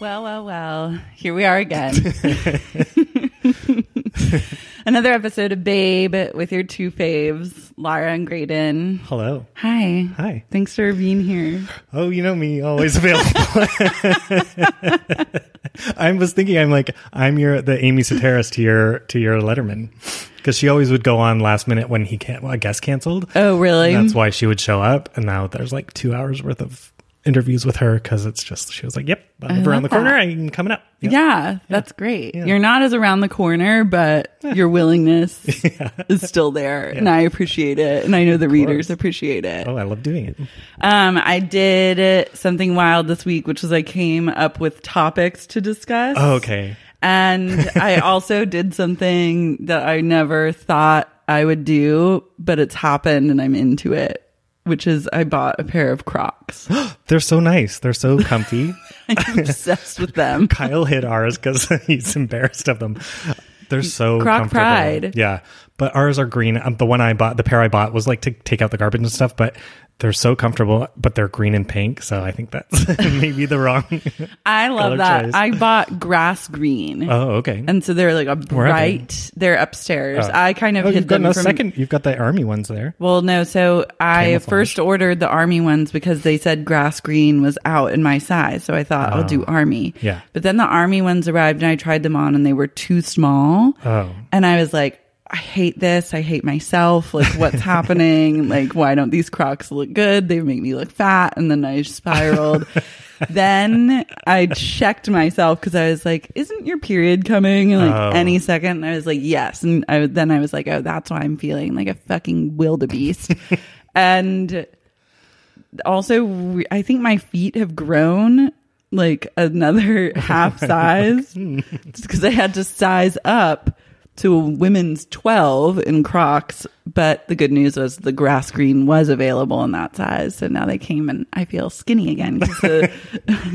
Well, well, well. Here we are again. Another episode of Babe with your two faves, Lara and Graydon. Hello. Hi. Hi. Thanks for being here. Oh, you know me, always available. I was thinking, I'm like, I'm your the Amy Soteris to your to your Letterman, because she always would go on last minute when he can't. Well, I guess canceled. Oh, really? That's why she would show up, and now there's like two hours worth of interviews with her because it's just she was like, "Yep, I'm over love around the corner. that. I'm coming up." yeah, that's great. You're not as around the corner, but your willingness is still there. And I appreciate it. And I know the readers appreciate it. Oh, I love doing it. Um, I did something wild this week, which was I came up with topics to discuss. Oh, okay. And I also did something that I never thought I would do, but it's happened and I'm into it, which is I bought a pair of Crocs. They're so nice. They're so comfy. I'm obsessed with them. Kyle hid ours because he's embarrassed of them. They're so Croc comfortable. pride. Yeah, but ours are green. Um, the one I bought, the pair I bought, was like to take out the garbage and stuff. But they're so comfortable. But they're green and pink, so I think that's maybe the wrong. I love Color that. choice. I bought grass green. oh, okay. and so they're like a are they? bright, they're upstairs. Oh. I kind of oh, hid you've got them no from second. You've got the army ones there. Well, no. So I Camouflage. first ordered the army ones because they said grass green was out in my size. So I thought I'll Oh. do army. Yeah. But then the army ones arrived and I tried them on and they were too small. Oh. And I was like, I hate this. I hate myself. Like, what's happening? Like, why don't these Crocs look good? They make me look fat. And then I spiraled. then I checked myself because I was like, isn't your period coming in like Oh. any second? And I was like, yes. And I, then I was like, oh, that's why I'm feeling like a fucking wildebeest. and also, we- I think my feet have grown like another half size because I had to size up to a women's 12 in Crocs. But the good news was the grass green was available in that size. So now they came and I feel skinny again because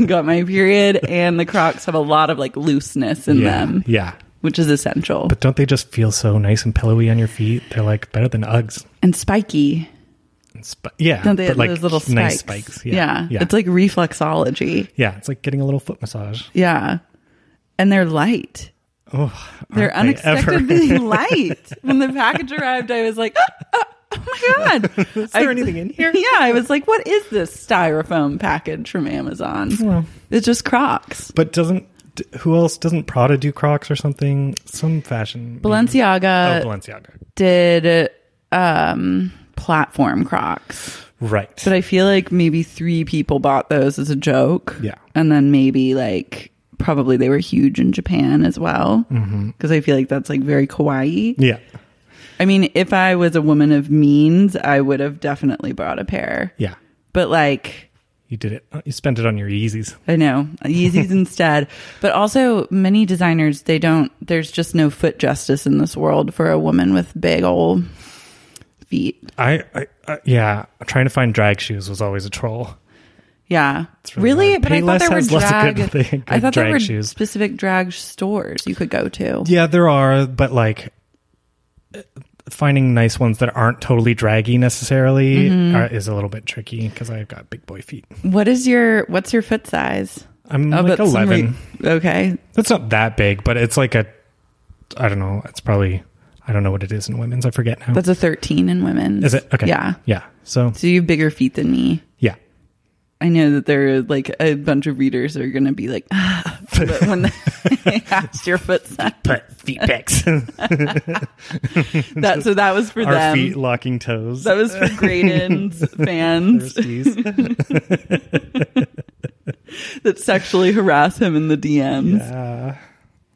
got my period and the Crocs have a lot of like looseness in yeah. them, Yeah. which is essential But don't they just feel so nice and pillowy on your feet? They're like better than Uggs. and spiky. And sp- yeah. Don't they but have like those little spikes? nice spikes. Yeah. Yeah. It's like reflexology. yeah. It's like getting a little foot massage. Yeah. And they're light. Oh, They're aren't they ever. unexpectedly light. When the package arrived, I was like, "Ah, ah, oh my God. Is there anything in here? Yeah. I was like, what is this styrofoam package from Amazon? Well. It's just Crocs. But doesn't d- who else doesn't Prada do Crocs or something? Some fashion. Oh, Balenciaga Balenciaga. did um, platform Crocs. Right. But I feel like maybe three people bought those as a joke. Yeah. And then maybe like probably they were huge in Japan as well. Because Mm-hmm. I feel like that's like very kawaii. yeah. I mean, if I was a woman of means, I would have definitely bought a pair. Yeah. But like, You did it. You spent it on your Yeezys. I know Yeezys instead. But also, many designers they don't. There's just no foot justice in this world for a woman with big old feet. I, I, I yeah. Trying to find drag shoes was always a troll. Yeah, really. really hard. But I Payless thought there were has lots of drag. good thing- I good thought there drag were shoes. specific drag stores you could go to. Yeah, there are, but like uh, finding nice ones that aren't totally draggy necessarily Mm-hmm. are, is a little bit tricky because I've got big boy feet. What is your What's your foot size? I'm Oh, like but some re- eleven. okay, That's not that big, but it's like a. I don't know. It's probably. I don't know what it is in women's. I forget now. that's a 13 in women. Is it okay? Yeah. yeah. So So you have bigger feet than me. yeah, I know that there are like a bunch of readers are going to be like, ah, but when they asked your foot size, but feet pics. Our that so that was for them. feet locking toes. That was for Graydon's fans Thirsties. that sexually harass him in the DMs. Yeah.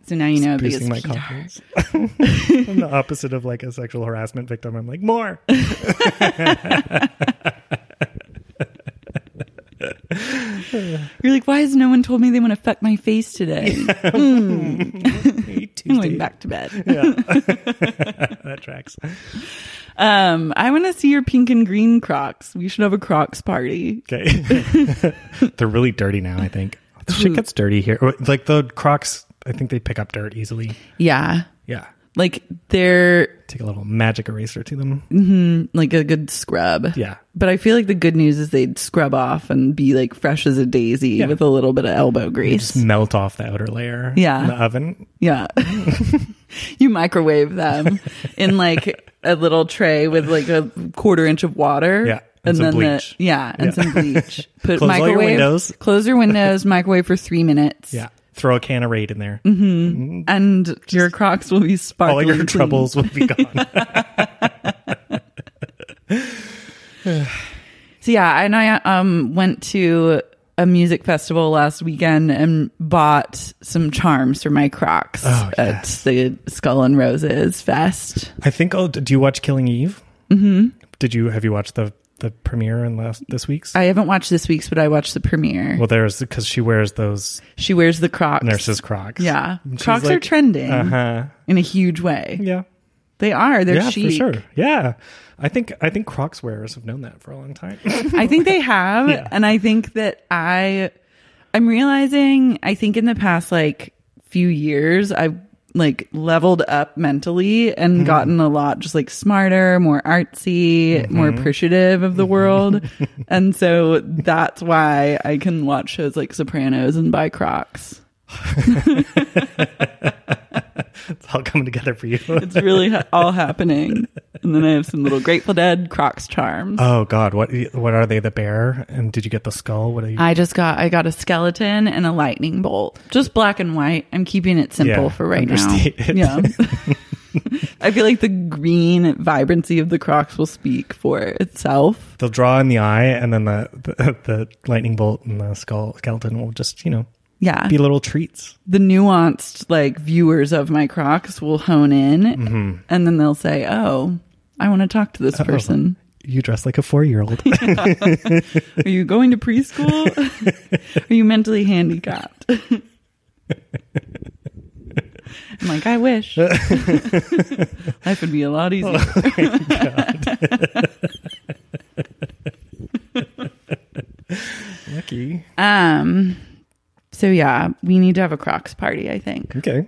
So now you know because boosting my feet are- confidence. I'm the opposite of like a sexual harassment victim. I'm like more. you're like, why has no one told me they want to fuck my face today? I'm Tuesday. going back to bed. Yeah. that tracks. Um, I want to see your pink and green Crocs. We should have a Crocs party. Okay. They're really dirty now. I think shit gets dirty here. Like the Crocs. I think they pick up dirt easily. Yeah. Yeah. Like they're Take a little magic eraser to them. like a good scrub. Yeah. But I feel like the good news is they'd scrub off and be like fresh as a daisy Yeah. with a little bit of elbow grease. Just melt off the outer layer. Yeah. In the oven. Yeah. you microwave them in like a little tray with like a quarter inch of water. Yeah, and some the- bleach. yeah, and Yeah. some bleach. Put Close all your microwave windows. Close your windows, microwave for three minutes. Yeah. Throw a can of raid in there. And your crocs will be sparkling. All your clean. troubles will be gone. So yeah, and I um went to a music festival last weekend and bought some charms for my Crocs Oh, at the Skull and Roses Fest. I think. Oh, do you watch Killing Eve? Mm-hmm. Did you have you watched the the premiere in last this week's? I haven't watched this week's, but I watched the premiere. well, there's because she wears those she wears the Crocs. nurses Crocs. Yeah, And she's Crocs are like, trending Uh huh. in a huge way. Yeah. They are. They're Yeah, chic. for sure. Yeah, I think I think Crocs wearers have known that for a long time. I think they have. And I think that I, I'm realizing, I think in the past like few years, I've like leveled up mentally and gotten a lot just like smarter, more artsy, more appreciative of the world. and so that's why I can watch shows like Sopranos and buy Crocs. it's all coming together for you. It's really ha- all happening. And then I have some little Grateful Dead Crocs charms. oh God, what what are they? The bear? And did you get the skull? What are you? I just got I got a skeleton and a lightning bolt. Just black and white. I'm keeping it simple Yeah, for right understated. now. Yeah. I feel like the green vibrancy of the Crocs will speak for itself. They'll draw in the eye, and then the, the the lightning bolt and the skull skeleton will just you know Yeah. be little treats. the nuanced like viewers of my Crocs will hone in Mm-hmm. and then they'll say, "Oh, I want to talk to this person. You dress like a four year old. Are you going to preschool? Are you mentally handicapped?" I'm like, "I wish." Life would be a lot easier. Oh. Lucky. Um. So yeah, we need to have a Crocs party. I think. Okay.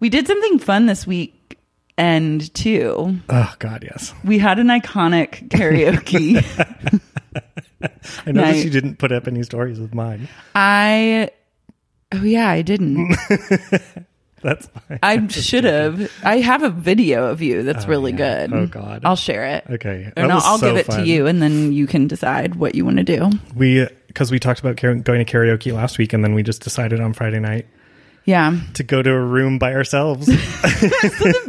We did something fun this week, and too, Oh God, yes. we had an iconic karaoke. I noticed Night. you didn't put up any stories of mine. I. Oh yeah, I didn't. That's fine. I should have. I have a video of you that's really yeah. good. Oh, God. I'll share it. Okay. That and I'll, was I'll so give it fun. to you, and then you can decide what you want to do. We because we talked about karaoke- going to karaoke last week, and then we just decided on Friday night Yeah, to go to a room by ourselves, best sing,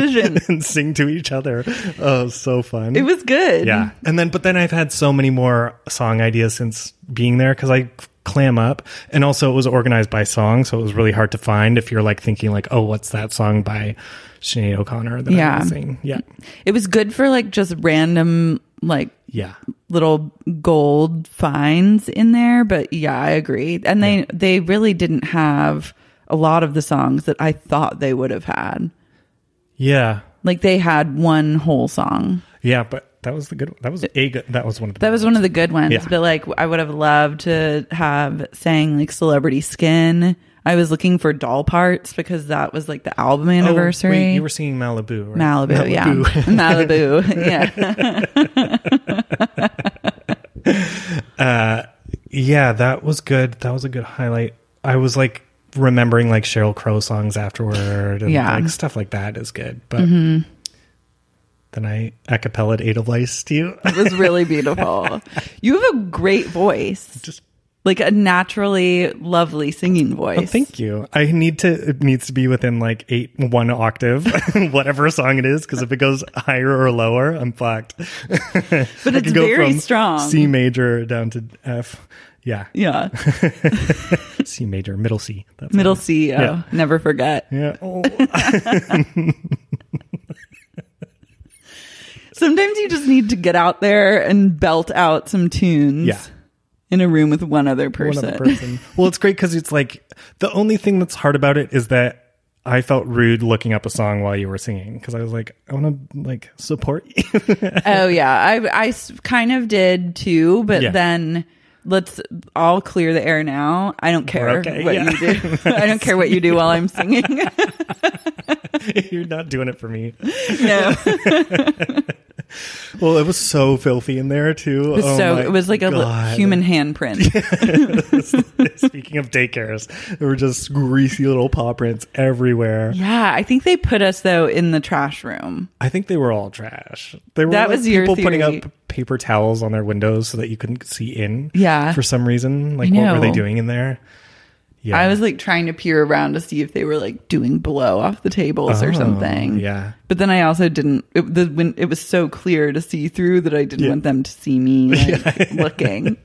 decision. and sing to each other. Oh, so fun! It was good. yeah. And then, but then I've had so many more song ideas since being there because I clam up, and also it was organized by song, so it was really hard to find if you're like thinking like, oh, what's that song by Sinead O'Connor that Yeah. I'm sing? Yeah, it was good for like just random like yeah. little gold finds in there but yeah i agree and they they really didn't have a lot of the songs that i thought they would have had Yeah. like they had one whole song Yeah, but that was the good. That was a good. That was one of the. that was one of the good ones Yeah. but like i would have loved to have sang like celebrity skin i was looking for doll parts because that was like the album Oh, wait, anniversary you were singing Malibu, right? Malibu, yeah. Malibu, yeah. Yeah, that was good. That was a good highlight. I was like remembering like Cheryl Crow songs afterward, and Yeah. Mm-hmm. like stuff like that is good. But then I acapella Edelweiss to you. It was really beautiful. You have a great voice. Just like a naturally lovely singing voice. Well, thank you. I need to. It needs to be within like eight one octave, whatever song it is. Because if it goes higher or lower, I'm fucked. but I it's can go very from strong. C major down to F. Yeah, yeah, C major, middle C. That's middle C. Oh, never forget. Yeah. Oh, Sometimes you just need to get out there and belt out some tunes. Yeah. In a room with one other one person. other person. Well, it's great because it's like the only thing that's hard about it is that. I felt rude looking up a song while you were singing because I was like, I want to like support you. oh yeah, I I s- kind of did too, but Yeah. then let's all clear the air now. I don't care okay, what yeah. you do. I don't care what you do while I'm singing. You're not doing it for me. no. Well, it was so filthy in there too. Oh It was so it was like a li- human handprint. Speaking of daycares, there were just greasy little paw prints everywhere. yeah, I think they put us though in the trash room. I think they were all trash. They were That like was your people putting theory. up paper towels on their windows so that you couldn't see in. Yeah. For some reason, like I what were they know. doing in there? Yeah. I was like trying to peer around to see if they were like doing blow off the tables or Oh, something. yeah. But then I also didn't. It, the, when it was so clear to see through that I didn't Yeah. want them to see me like, looking.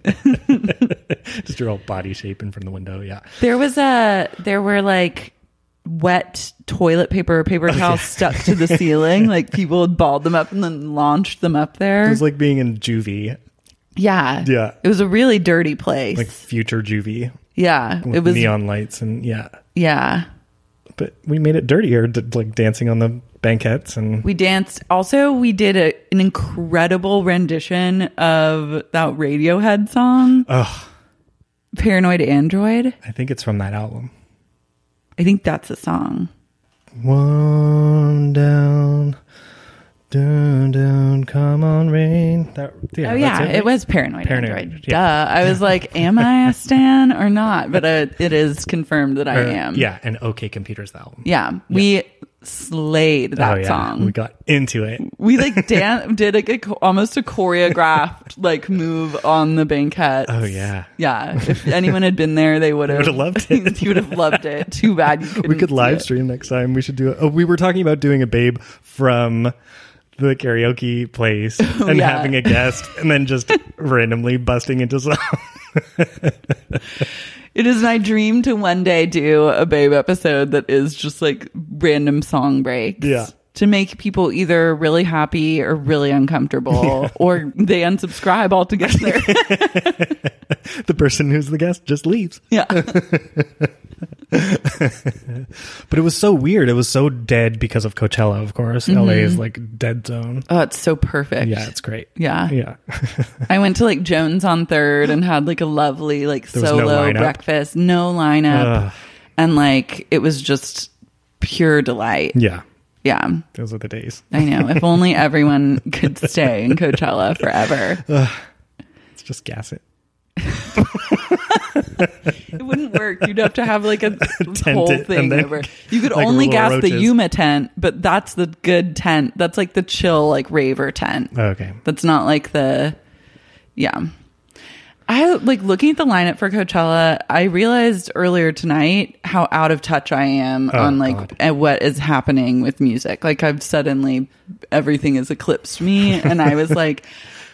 just your whole body shaping from the window. Yeah. There was a there were like wet toilet paper or Oh, paper towels stuck to the ceiling. Like people had balled them up and then launched them up It there. was like being in juvie, yeah. Yeah. It was a really dirty place. like future juvie yeah. with It was neon lights and yeah. yeah. But we made it dirtier, d- like dancing on the banquettes and We danced. Also, we did a, an incredible rendition of that Radiohead song. Paranoid Android. I think it's from that album. I think that's a song. One down, down, down, come on, rain. That, yeah, Oh that's yeah, it, it was Paranoid, Paranoid Android. Android, yeah. Duh. I was like, am I a stan or not? But uh, it is confirmed that I Or- am. Yeah, and OK Computer's the album. Yeah. We slayed that oh, yeah. song. We got into it. We like dan- did like a, cho- almost a choreographed like move on the banquette. Oh, yeah. Yeah. If anyone had been there, they would have would've loved it. you would have loved it. Too bad you couldn't We could see live it. stream next time. We should do it. Oh, we were talking about doing a babe from the karaoke place and Oh, yeah. having a guest and then just randomly busting into song. It is my dream to one day do a Babe episode that is just like random song breaks. Yeah. To make people either really happy or really uncomfortable, or they unsubscribe altogether. the person who's the guest just leaves. yeah. But it was so weird. It was so dead because of Coachella, of course. LA Mm-hmm. is like dead zone. Oh, it's so perfect. Yeah, it's great. Yeah. Yeah. I went to like Jones on third and had like a lovely like was no solo lineup. breakfast, no lineup. Ugh. And like it was just pure delight. Yeah. Yeah. Those are the days. I know. If only everyone could stay in Coachella forever. Let's just gas it. It wouldn't work. You'd have to have like a whole it and thing then, over. You could like, only little gas the roaches. Yuma tent, but that's the good tent. That's like the chill, like raver tent. Okay. That's not like the, yeah. I like looking at the lineup for Coachella. I realized earlier tonight how out of touch I am on like Oh, God. and what is happening with music. Like I've suddenly everything has eclipsed me, and I was like,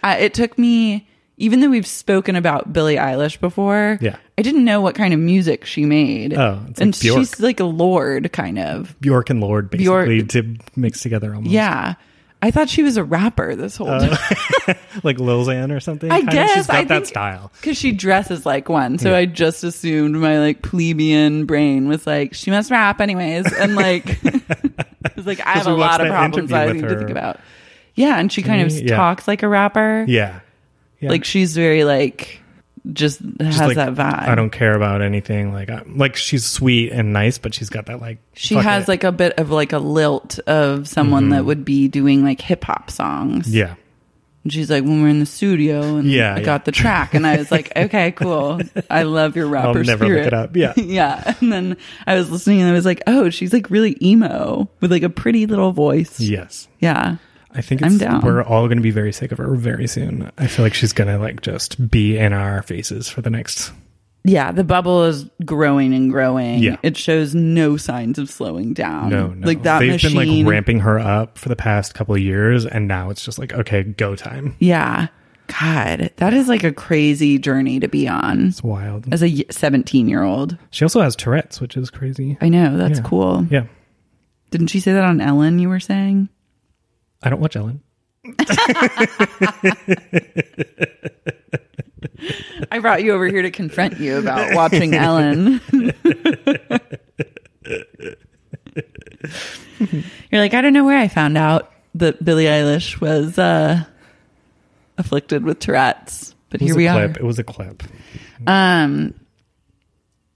I, it took me. Even though we've spoken about Billie Eilish before, Yeah. I didn't know what kind of music she made. Oh, it's like and Bjork. she's like a lord, kind of. Bjork and Lord Bjork- basically to mix together almost. Yeah, I thought she was a rapper this Oh. whole time. Like Lil Xan or something. I Kinda. guess She's got I that think- style. because she dresses like one. So I just assumed my like plebeian brain was like, she must rap anyways, and like, I was like, I have we a watched lot of that problems interview I with need to her. think about. Yeah, and she kind of Yeah. talks like a rapper. Yeah. Yeah. Like she's very like just has Just like, that vibe. I don't care about anything. Like, I, like she's sweet and nice, but she's got that like. She fuck has it. Mm-hmm. like a bit of like a lilt of someone that would be doing like hip hop songs. Yeah. And she's like, when we're in the studio, and Yeah, I yeah. got the track, and I was like, okay, cool. I love your rapper I'll never spirit. look it up. Yeah. yeah. And then I was listening and I was like, oh, she's like really emo with like a pretty little voice. Yeah. yes. I think it's, I'm down. we're all going to be very sick of her very soon. I feel like she's going to like just be in our faces for the next yeah, the bubble is growing and growing. Yeah. It shows no signs of slowing down. No, no. Um, Like that They've machine. been like ramping her up for the past couple of years, and now it's just like, okay, go time. yeah. God, that is like a crazy journey to be on It's wild. as a 17 year old. She also has Tourette's, which is crazy. I know. That's Yeah. cool. Yeah. Didn't she say that on Ellen, you were saying? I don't watch Ellen. I brought you over here to confront you about watching Ellen. You're like, I don't know where I found out that Billie Eilish was uh, afflicted with Tourette's, but It here was a we clip. are. It was a clip. Um,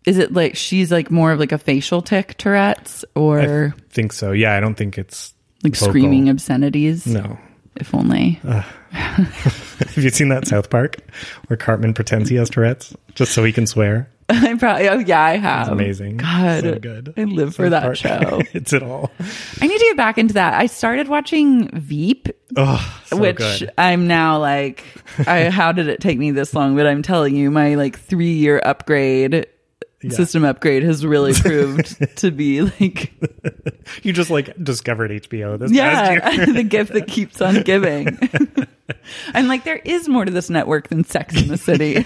is it like she's like more of like a facial tic Tourette's or Think so. Yeah, I don't think it's like vocal. screaming obscenities? No. Uh, If only. Have you seen that South Park where Cartman pretends he has Tourette's just so he can swear? I probably. Oh yeah, I have. It's amazing. God, So good. I live for South that Park. show. it's it all. I need to get back into that. I started watching Veep, Oh, so which good. I'm now like, I, how did it take me this long? But I'm telling you, my like three year upgrade. System upgrade has really proved to be like, You just like discovered HBO this past year. yeah, the gift that keeps on giving. I'm like, there is more to this network than Sex in the City.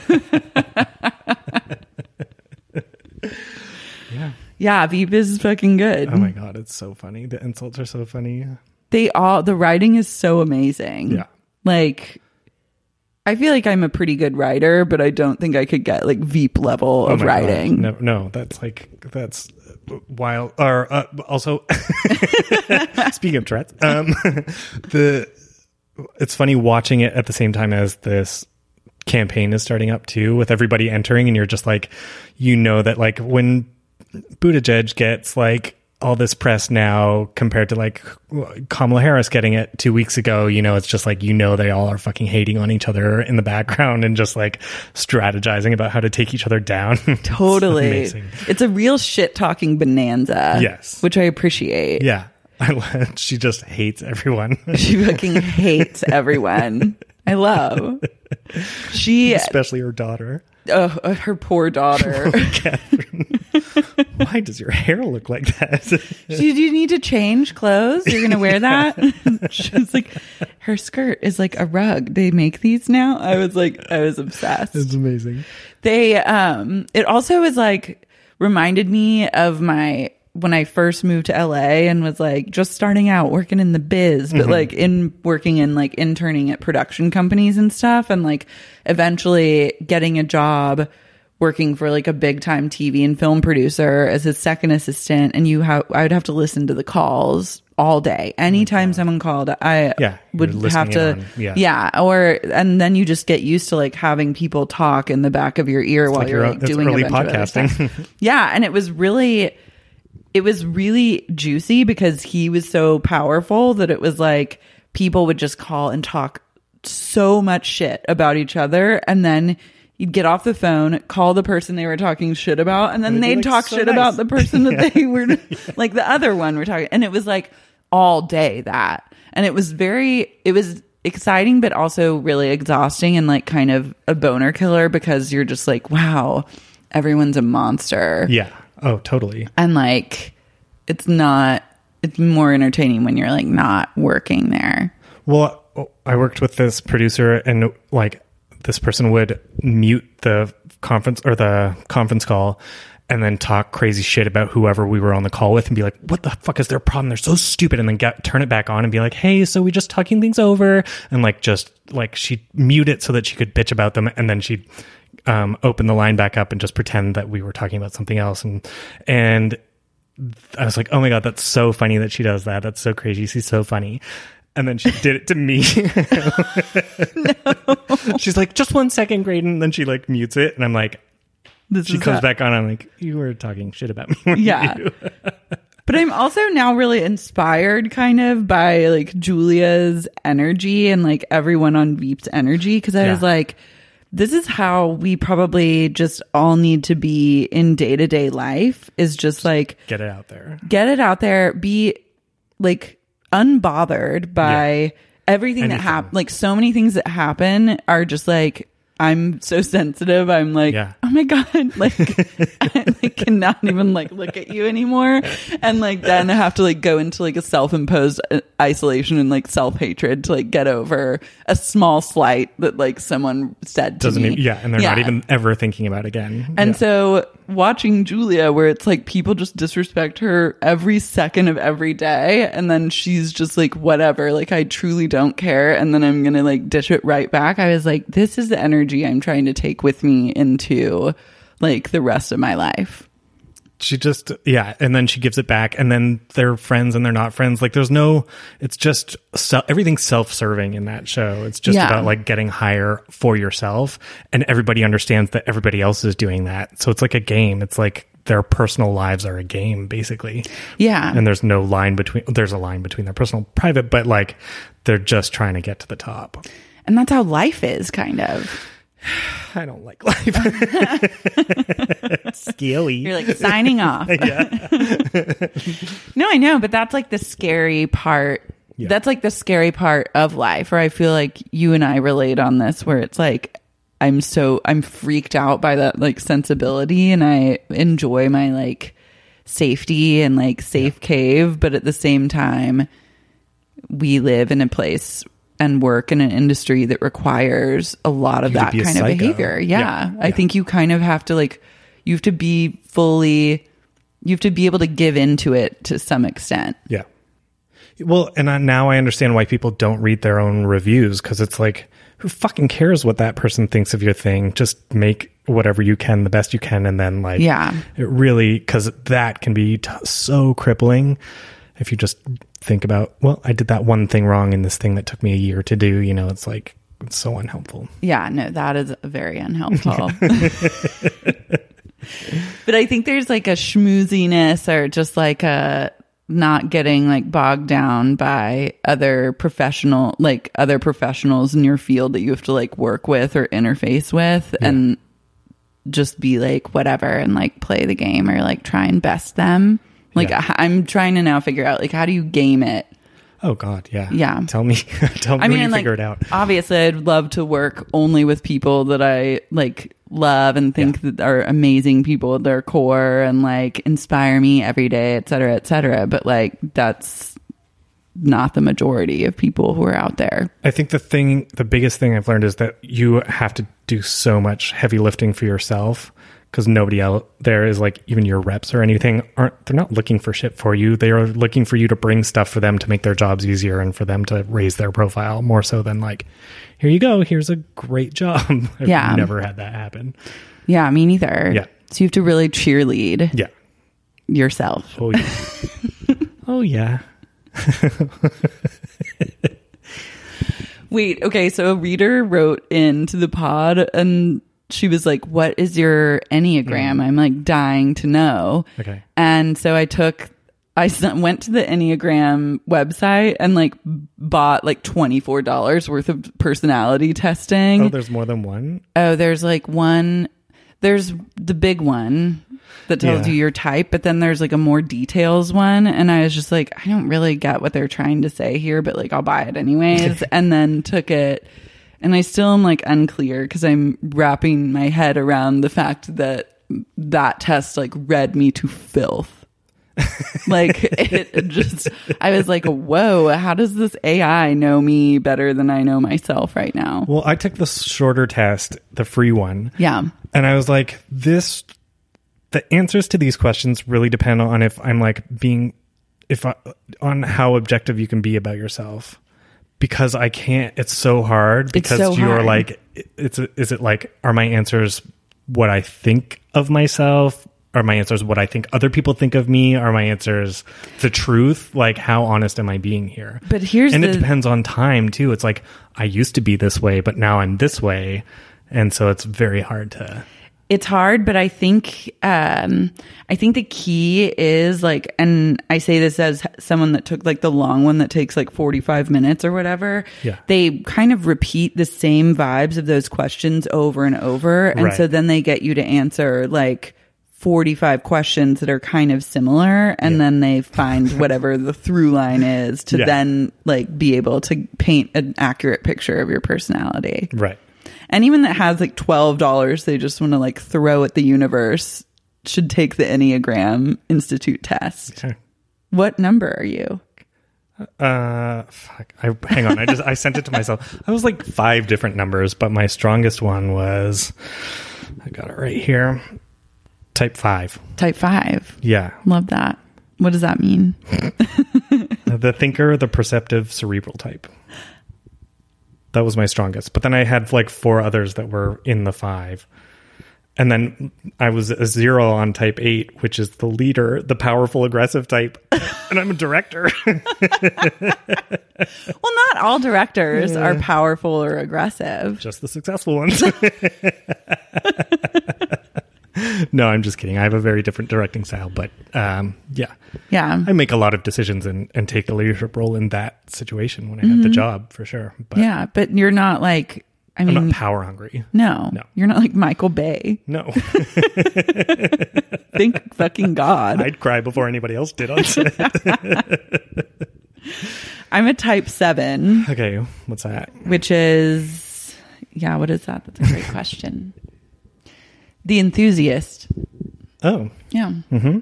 Yeah. yeah, Veep is fucking good. Oh my god, it's so funny. The insults are so funny. they all the writing is so amazing. Yeah. Like I feel like I'm a pretty good writer, but I don't think I could get like Veep level Oh of my writing. God. No, no, that's like that's wild. Or uh, also, speaking of Tourette's, um, the it's funny watching it at the same time as this campaign is starting up too, with everybody entering, and you're just like, you know that like when Buttigieg gets like all this press now compared to like Kamala Harris getting it two weeks ago, you know, it's just like, you know, they all are fucking hating on each other in the background and just like strategizing about how to take each other down. It's Totally. It's, amazing. a real shit talking bonanza. Yes. Which I appreciate. Yeah. I love, she just hates everyone. She fucking hates everyone. I love. She Especially her daughter. oh, uh, her poor daughter. Why does your hair look like that? she do you need to change clothes? You're gonna wear that? She's like her skirt is like a rug. They make these now. I was like I was obsessed. it's amazing. they um it also was like reminded me of my when I first moved to LA and was like just starting out working in the biz, Mm-hmm. but like in working in like interning at production companies and stuff, and like eventually getting a job working for like a big time TV and film producer as his second assistant. And you have, I would have to listen to the calls all day. Anytime someone called, I Oh Yeah, you would were listening have to, in on- yeah. yeah, or and then you just get used to like having people talk in the back of your ear while like you're your own- like that's doing early a bunch of other podcasting. stuff. yeah, and it was really, it was really juicy because he was so powerful that it was like people would just call and talk so much shit about each other, and then. You'd get off the phone, call the person they were talking shit about, and then It'd be, they'd like, talk so shit nice. about the person that they were like the other one we're talking and it was like all day that and it was very it was exciting but also really exhausting and like kind of a boner killer because you're just like wow everyone's a monster Yeah. Oh, totally. and like it's not it's more entertaining when you're like not working there Well, I worked with this producer, and like this person would mute the conference or the conference call, and then talk crazy shit about whoever we were on the call with, and be like, "What the fuck is their problem? They're so stupid." And then get, turn it back on and be like, "Hey, so we just talking things over," and like just like she mute it so that she could bitch about them, and then she'd um, open the line back up and just pretend that we were talking about something else, and and I was like, oh my God, that's so funny that she does that. That's so crazy. She's so funny. And then she did it to me. She's like, just one second, Graydon. And then she like mutes it. And I'm like, this she is comes a- back on. I'm like, you were talking shit about me. weren't Yeah. you?" But I'm also now really inspired kind of by like Julia's energy and like everyone on Veep's energy because I was Yeah. like, this is how we probably just all need to be in day to day life is just like Get it out there. get it out there, be like unbothered by everything that Anything. happened. Like so many things that happen are just like I'm so sensitive. I'm like, Yeah. oh my god, like I like, cannot even like look at you anymore, and like then I have to like go into like a self-imposed uh, isolation and like self-hatred to like get over a small slight that like someone said to Doesn't me. even, yeah, and they're not even ever thinking about it again. And Yeah. so watching Julia, where it's like people just disrespect her every second of every day, and then she's just like, whatever, like I truly don't care, and then I'm gonna like dish it right back. I was like, this is the energy I'm trying to take with me into like the rest of my life. she just yeah and then she gives it back and then they're friends and they're not friends like there's no it's just se- everything's self-serving in that show it's just Yeah. about like getting higher for yourself and everybody understands that everybody else is doing that so it's like a game it's like their personal lives are a game basically Yeah. and there's no line between there's a line between their personal and private but like they're just trying to get to the top and that's how life is kind of. i don't like life scary You're like signing off. no, I know, but that's like the scary part. That's like the scary part of life where I feel like you and I relate on this where it's like I'm so I'm freaked out by that like sensibility and I enjoy my like safety and like safe cave, but at the same time we live in a place and work in an industry that requires a lot of You that have to be a kind of psycho. behavior. Yeah. Yeah. I think you kind of have to like you have to be fully you have to be able to give into it to some extent. Yeah. Well, and I, now I understand why people don't read their own reviews because it's like, who fucking cares what that person thinks of your thing? Just make whatever you can, the best you can, and then like, Yeah. it really because that can be t- so crippling if you just think about, well, I did that one thing wrong in this thing that took me a year to do. You know, it's like it's so unhelpful. Yeah, no, that is very unhelpful. but I think there's like a schmooziness or just like a not getting like bogged down by other professional like other professionals in your field that you have to like work with or interface with and just be like whatever and like play the game or like try and best them. Like Yeah. I- I'm trying to now figure out like how do you game it? Oh God, yeah, Yeah. Tell me, tell me I mean, when you and, like, figure it out. Obviously, I'd love to work only with people that I like love and think that are amazing people at their core and like inspire me every day, et cetera, et cetera. But like, that's not the majority of people who are out there. I think the thing, the biggest thing I've learned is that you have to do so much heavy lifting for yourself because nobody out there is like even your reps or anything aren't they're not looking for shit for you they are looking for you to bring stuff for them to make their jobs easier and for them to raise their profile more so than like here you go here's a great job I've Yeah. never had that happen Yeah, me neither. Yeah. So you have to really cheerlead yeah yourself. oh yeah oh yeah Wait, okay. So a reader wrote into the pod and she was like, What is your Enneagram? Mm. I'm like dying to know. Okay. And so I took, I s- went to the Enneagram website and like bought like $24 worth of personality testing. oh Oh, there's more than one there's like one, there's the big one that tells Yeah. you your type, but then there's like a more details one. And I was just like, I don't really get what they're trying to say here, but like I'll buy it anyways. and then took it. And I still am like unclear because I'm wrapping my head around the fact that that test like read me to filth. like it just, I was like, whoa, how does this AI know me better than I know myself right now? well I took the shorter test the free one Yeah. And I was like, this, the answers to these questions really depend on if I'm like being, if I, on how objective you can be about yourself. Because I can't, it's so hard because so you're hard. like, it's, is it like, are my answers what I think of myself? Are my answers what I think other people think of me? Are my answers the truth? Like, how honest am I being here? But here's and it the- depends on time too. It's like I used to be this way, but now I'm this way, and so it's very hard to. it's hard but i think um i think the key is like and i say this as someone that took like the long one that takes like 45 minutes or whatever Yeah. they kind of repeat the same vibes of those questions over and over and Right. so then they get you to answer like 45 questions that are kind of similar and then they find whatever the through line is to Yeah. then like be able to paint an accurate picture of your personality Right. anyone that has like $12 they just want to like throw at the universe should take the Enneagram Institute test. Sure. What number are you? Uh, fuck. I hang on. I just I sent it to myself. I was like five different numbers, but my strongest one was I got it right here. Type five. Type 5. Yeah, Love that. What does that mean? the thinker, the perceptive, cerebral type. That was my strongest. But then I had like four others that were in the five. And then I was a zero on type eight, which is the leader, the powerful, aggressive type. And I'm a director. Well, not all directors are powerful or aggressive. just the successful ones. no, I'm just kidding. I have a very different directing style, but um, yeah, Yeah. I make a lot of decisions and, and take a leadership role in that situation when I had the job for sure. But yeah, Mm-hmm. but you're not like I I'm mean not power hungry. no, No. You're not like Michael Bay. No, Thank fucking God. I'd cry before anybody else did on set. I'm a type 7, okay, what's that? which is yeah, what is that? That's a great question. The enthusiast. Oh, Yeah. Mm-hmm.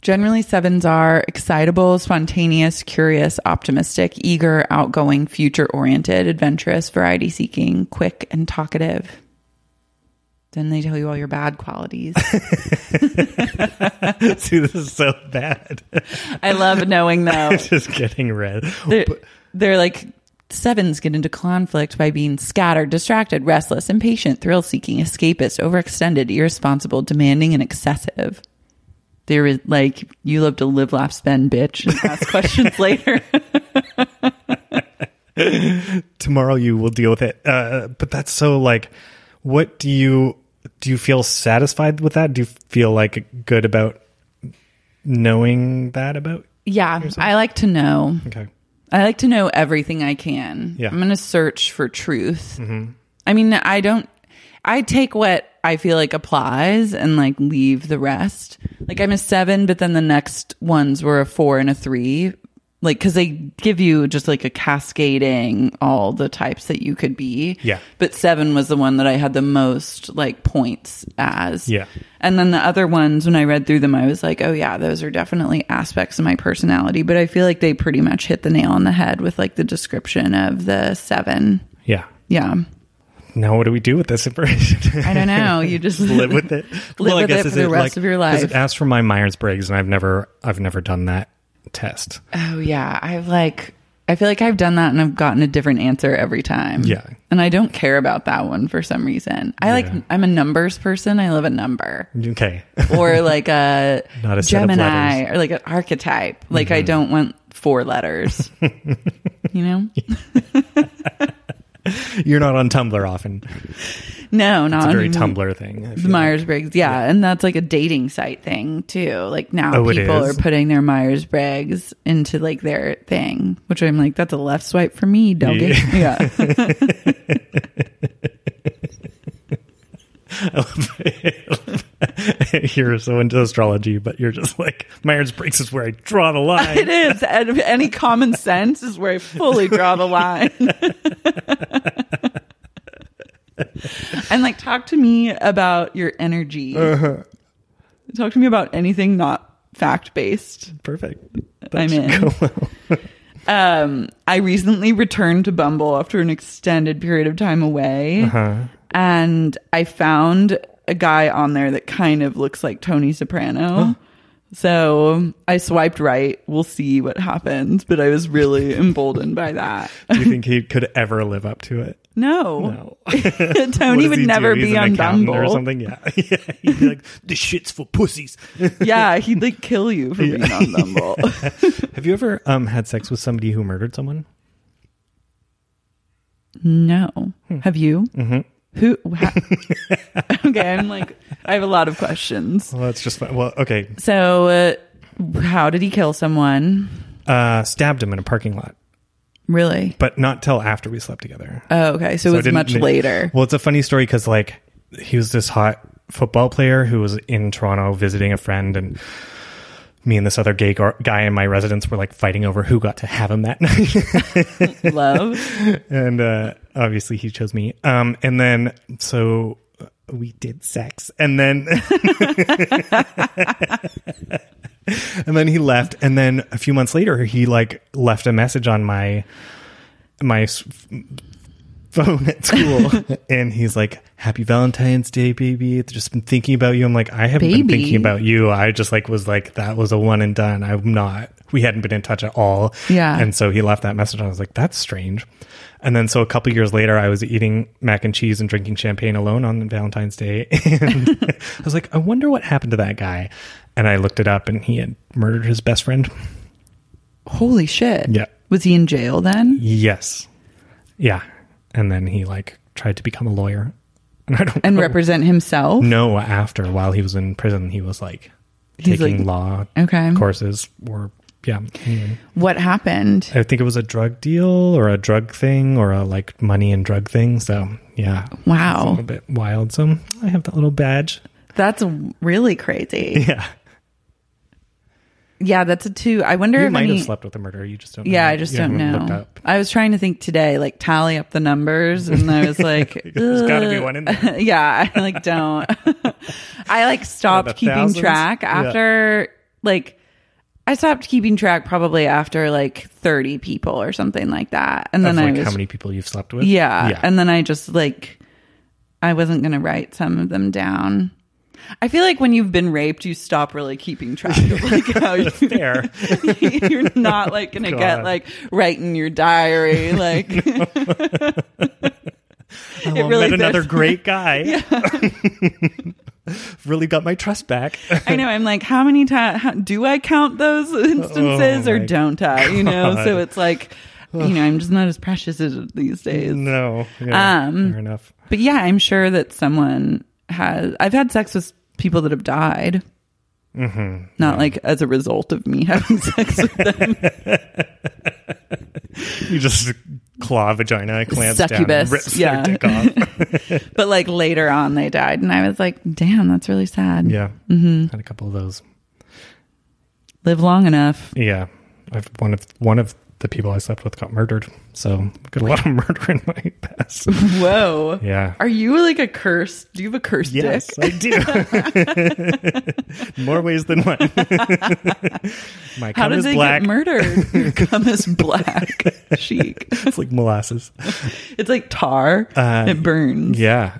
Generally, sevens are excitable, spontaneous, curious, optimistic, eager, outgoing, future oriented, adventurous, variety seeking, quick, and talkative. Then they tell you all your bad qualities. see, this is so bad. I love knowing though. just getting red. They're, they're like sevens get into conflict by being scattered, distracted, restless, impatient, thrill seeking, escapist, overextended, irresponsible, demanding, and excessive. They're like, you love to live, laugh, spend, bitch, and ask questions later. tomorrow you will deal with it. Uh, but that's so like, what do you do? You feel satisfied with that? Do you feel like good about knowing that about? Yeah, I like to know. Okay, I like to know everything I can. Yeah. Mm-hmm. I'm going to search for truth. I mean, I don't, I take what I feel like applies and like leave the rest. Like I'm a seven, but then the next ones were a four and a three. Like, cause they give you just like a cascading all the types that you could be. Yeah. But seven was the one that I had the most like points as. Yeah. And then the other ones, when I read through them, I was like, oh, yeah, those are definitely aspects of my personality. But I feel like they pretty much hit the nail on the head with like the description of the seven. yeah. Yeah. Now what do we do with this information? I don't know. You just Live with it. Live with it for the rest of your because It life. asks for my Myers Briggs, and I've never, I've never done that test. Oh, yeah. I've like, I feel like I've done that and I've gotten a different answer every time. Yeah. And I don't care about that one for some reason. I like, Yeah. I'm a numbers person. I love a number. Okay, or like a, Not a set of Mm-hmm. Gemini or like an archetype. Like I don't want four letters. you know? you're not on Tumblr often. No, not It's a very on Tumblr thing. I the feel like. Myers Briggs. Yeah, and that's like a dating site thing too. Like now Oh, it people are is? putting their Myers Briggs into like their thing, which I'm like, that's a left swipe for me, doggy. Yeah. you're so into astrology, but you're just like Myers Briggs is where I draw the line. it is. And any common sense is where I fully draw the line. and like, talk to me about your energy. Uh-huh. Talk to me about anything not fact based. Perfect. I'm in. um, I recently returned to Bumble after an extended period of time away, Uh-huh. and I found a guy on there that kind of looks like Tony Soprano. So I swiped right. We'll see what happens. But I was really emboldened by that. Do you think he could ever live up to it? No, No. What Tony does would he do? never He's be an on accountant Bumble or something. Yeah, Yeah. he'd be like, "This shit's for pussies." Yeah, he'd like kill you for being on Bumble. Have you ever um, had sex with somebody who murdered someone? No. Hmm. Have you? Mm-hmm. Who? wha- okay, I'm like, I have a lot of questions. Well, that's just fun. well, okay. So, uh, how did he kill someone? Uh, stabbed him in a parking lot, Really? but not till after we slept together. Oh, okay. So, So I it was didn't much kn- later. Well, it's a funny story because like he was this hot football player who was in Toronto visiting a friend, and me and this other gay gar- guy in my residence were like fighting over who got to have him that night. Love. and uh, obviously he chose me. Um, and then so we did sex, and then and then he left, and then a few months later he like left a message on my my s- phone at school, and he's like, "Happy Valentine's Day, baby. It's Just been thinking about you." I'm like, "I haven't been Baby. thinking about you. I just like was like that was a one and done. I'm not." We hadn't been in touch at all. Yeah. And so he left that message. And I was like, that's strange. And then so a couple years later, I was eating mac and cheese and drinking champagne alone on Valentine's Day. And I was like, I wonder what happened to that guy. And I looked it up and he had murdered his best friend. Holy shit. Yeah. Was he in jail then? Yes. Yeah. And then he like tried to become a lawyer. And I don't And know- represent himself? know after while he was in prison, he was like He's taking like- law Okay. courses or yeah. Anyway. What happened? Mm-hmm. I think it was a drug deal or a drug thing or a like money and drug thing. So yeah, a Wow. little bit wild. So I have that little badge. That's really crazy. Yeah, Yeah, that's a two. I wonder you if might any, have slept with a murderer. You just don't. Yeah, know. I just You don't haven't looked know. up. I was trying to think today, like tally up the numbers, and I was like, There's gotta be "Ugh." one in there. yeah, I like don't. I like Out of stopped keeping thousands? track Yeah. after like I stopped keeping track probably after like thirty people or something like that, and Of then like I was how many people you've slept with? yeah, yeah. and then I just like I wasn't gonna write some of them down. I feel like when you've been raped, you stop really keeping track of like how you Fair. you're not like gonna God. get like writing your diary like Oh, I really met another does. great guy. really got my trust back. i know i'm like how many times do i count those instances Oh, or my don't i you know God. so it's like you know i'm just not as precious as it these days no, yeah, Um, fair enough. but yeah i'm sure that someone has i've had sex with people that have died Mm-hmm. not like as a result of me having sex with them You just claw vagina, clamps down, and Succubus, rips yeah. their dick off. but like later on they died and i was like damn that's really sad Yeah, mm-hmm. had a couple of those. live long enough Yeah, I've one of one of the people I slept with got murdered, so got a lot of murder in my past. whoa Yeah. Are you like a curse? Do you have a cursed Yes, dick? I do. More ways than one. My How cum did is they black. get murdered? Your cum is black, chic. It's like molasses. It's like tar. it burns. Uh, Yeah.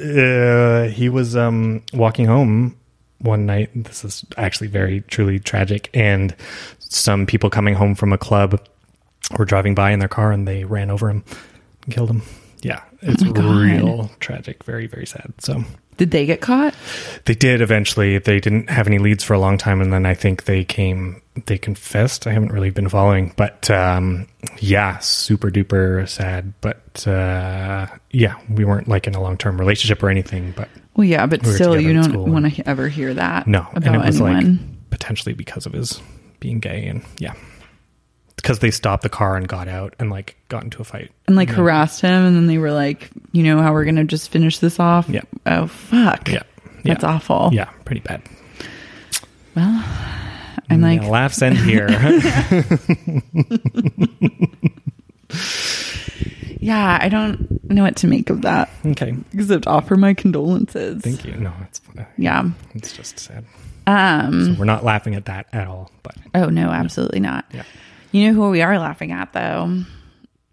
Uh, he was um, walking home one night. This is actually very, truly tragic. And some people coming home from a club were driving by in their car and they ran over him and killed him. Yeah. It's real tragic. Very, very sad. So Did they get caught? they did eventually. They didn't have any leads for a long time. And then I think they came, they confessed. I haven't really been following. But um, yeah, super duper sad. But uh, yeah, we weren't like in a long term relationship or anything. But Well, yeah, but We were still, together you at don't school and- want to ever hear that. No, about and it was anyone. like potentially because of his being gay, and yeah, because they stopped the car and got out and like got into a fight. and like harassed him, and then they were like, you know how we're gonna just finish this off? Yeah. Oh fuck. Yeah, That's yeah. awful. Yeah, pretty bad. I'm like, yeah, laughs end here. yeah, I don't know what to make of that okay, except offer my condolences. thank you. No, it's Yeah. it's just sad. Um. We're not laughing at that at all, but Oh no, absolutely not. Yeah. You know who we are laughing at though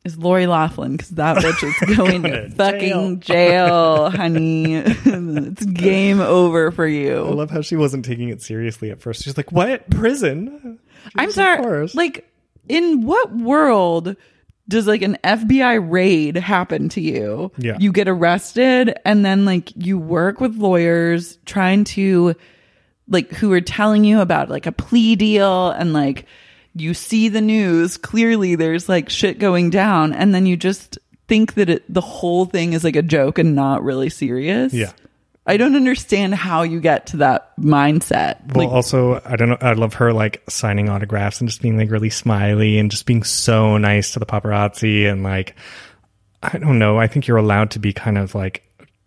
is Lori Laughlin because that bitch is going to fucking jail, honey. it's game over for I you. love how she wasn't taking it seriously at first. She's like, "What prison?" I'm Of sorry. course. Like, in what world does like an FBI raid happen to you? Yeah. You get arrested and then like you work with lawyers trying to like who are telling you about like a plea deal and like you see the news clearly there's like shit going down and then you just think that it, the whole thing is like a joke and not really serious. Yeah. I don't understand how you get to that mindset. Well, like also, I don't know. I love her like signing autographs and just being like really smiley and just being so nice to the paparazzi. And like, I don't know. I think you're allowed to be kind of like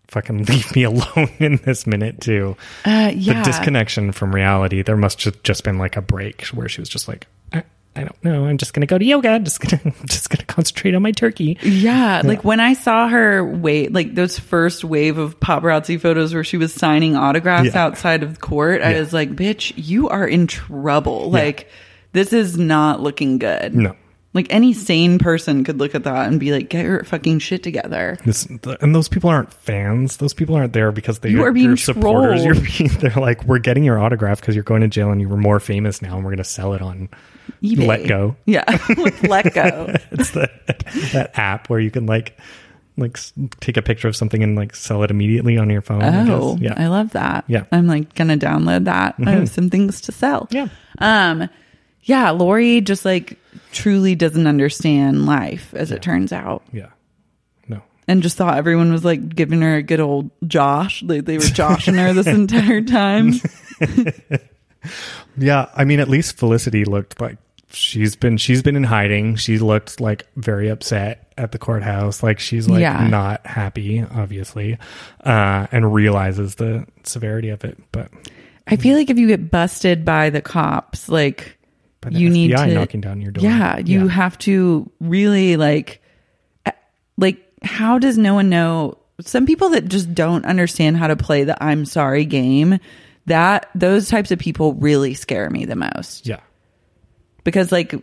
fucking leave me alone in this minute too. Uh, yeah. The disconnection from reality. There must have just been like a break where she was just like, I, I don't know. I'm just gonna go to yoga. I'm just gonna I'm just gonna concentrate on my turkey. Yeah, like when I saw her wait, like those first wave of paparazzi photos where she was signing autographs Yeah. outside of court, I was like, "Bitch, you are in trouble. Like this is not looking good." No. Like any sane person could look at that and be like, "Get your fucking shit together." This, and those people aren't fans. Those people aren't there because they You are being you're supporters. trolled. You're being, they're like, we're getting your autograph because you're going to jail and you were more famous now, and we're going to sell it on eBay. Let Go. Yeah, let go. It's the, that app where you can like like s- take a picture of something and like sell it immediately on your phone. I guess. Oh, yeah, I love that. Yeah. Mm-hmm. I'm like gonna download that. I have some things to sell. Yeah. Um, yeah, Lori just like truly doesn't understand life, as it turns out, yeah. No, and just thought everyone was like giving her a good old Josh. Like they were joshing her this entire time. Yeah, I mean, at least Felicity looked like she's been she's been in hiding. She looked like very upset at the courthouse, like she's like Yeah. not happy, obviously, uh, and realizes the severity of it. But I feel like if you get busted by the cops, like By the you need FBI to knocking down your door. Yeah, you Yeah. have to really like, eh, like how does no one know? Some people that just don't understand how to play the "I'm sorry" game, that those types of people really scare me the most yeah, because like.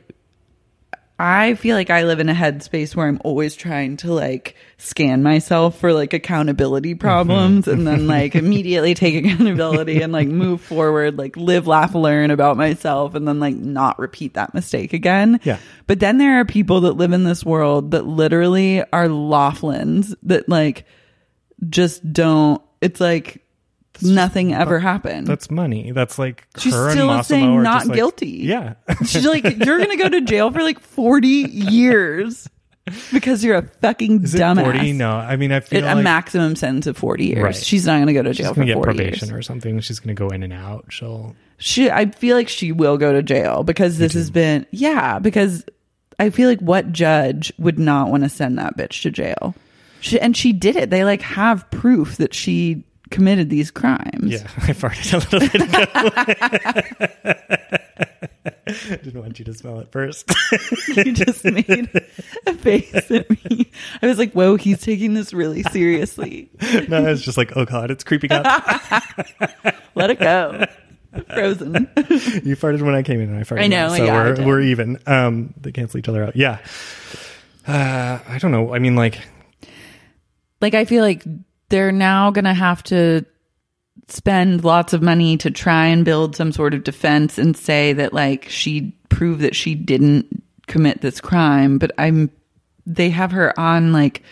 I feel like I live in a headspace where I'm always trying to like scan myself for like Mm-hmm. accountability problems and then like immediately take accountability and like move forward, like live, laugh, learn about myself and then like not repeat that mistake again. Yeah. But then there are people that live in this world that literally are Laughlins that like just don't, it's like nothing ever happened. that's money. That's like She's her still and Massimo saying are not just, like- guilty. Yeah, She's like, you're gonna go to jail for like 40 years because you're a fucking is it dumbass. forty? No, I mean, I It- feel a like maximum sentence of 40 years. Right. She's not gonna go to she's jail gonna for get 40 probation years. or something. She's gonna go in and out. She'll She, I feel like she will go to jail because this Mm-hmm. has been, yeah, because I feel like what judge would not want to send that bitch to jail? She, and she did it. They like have proof that she committed these crimes. Yeah, I farted a little bit ago. Didn't want you to smell it first. you just made a face at me. I was like, whoa, he's taking this really seriously. no, it's just like, oh god, it's creeping up. Let it go. Frozen. You farted when I came in, and I farted. I know, now, so yeah, I we're did. we're even. Um, they cancel each other out. Yeah. Uh, I don't know. I mean, like, like I feel like they're now going to have to spend lots of money to try and build some sort of defense and say that like she proved that she didn't commit this crime, but I'm they have her on like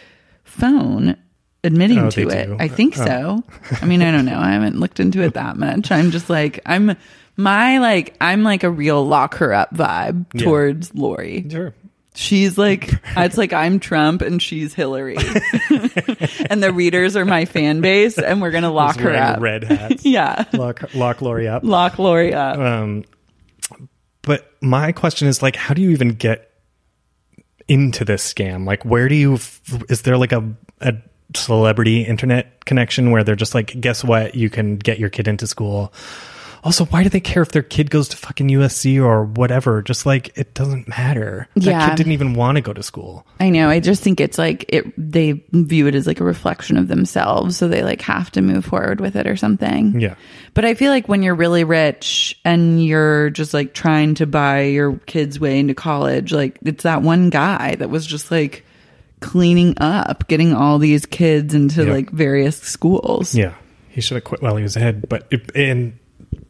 phone admitting Oh, to they it. do. I think so. I mean, I don't know. I haven't looked into it that much. I'm just like I'm my like I'm like a real lock her up vibe Yeah. towards Lori. sure. She's like, it's like I'm Trump and she's Hillary. and the readers are my fan base and we're going to lock Just her wearing up. Red hats. Yeah. Lock, lock Lori up. Lock Lori up. Um, but my question is like, how do you even get into this scam? Like, where do you? f- Is there like a a celebrity internet connection where they're just like, guess what? You can get your kid into school. Also, why do they care if their kid goes to fucking USC or whatever? Just like it doesn't matter. That Yeah. kid didn't even want to go to school. I know. I just think it's like it they view it as like a reflection of themselves, so they like have to move forward with it or something. Yeah. But I feel like when you're really rich and you're just like trying to buy your kids way into college, like it's that one guy that was just like cleaning up, getting all these kids into Yeah. like various schools. Yeah, he should have quit while he was ahead. But it, and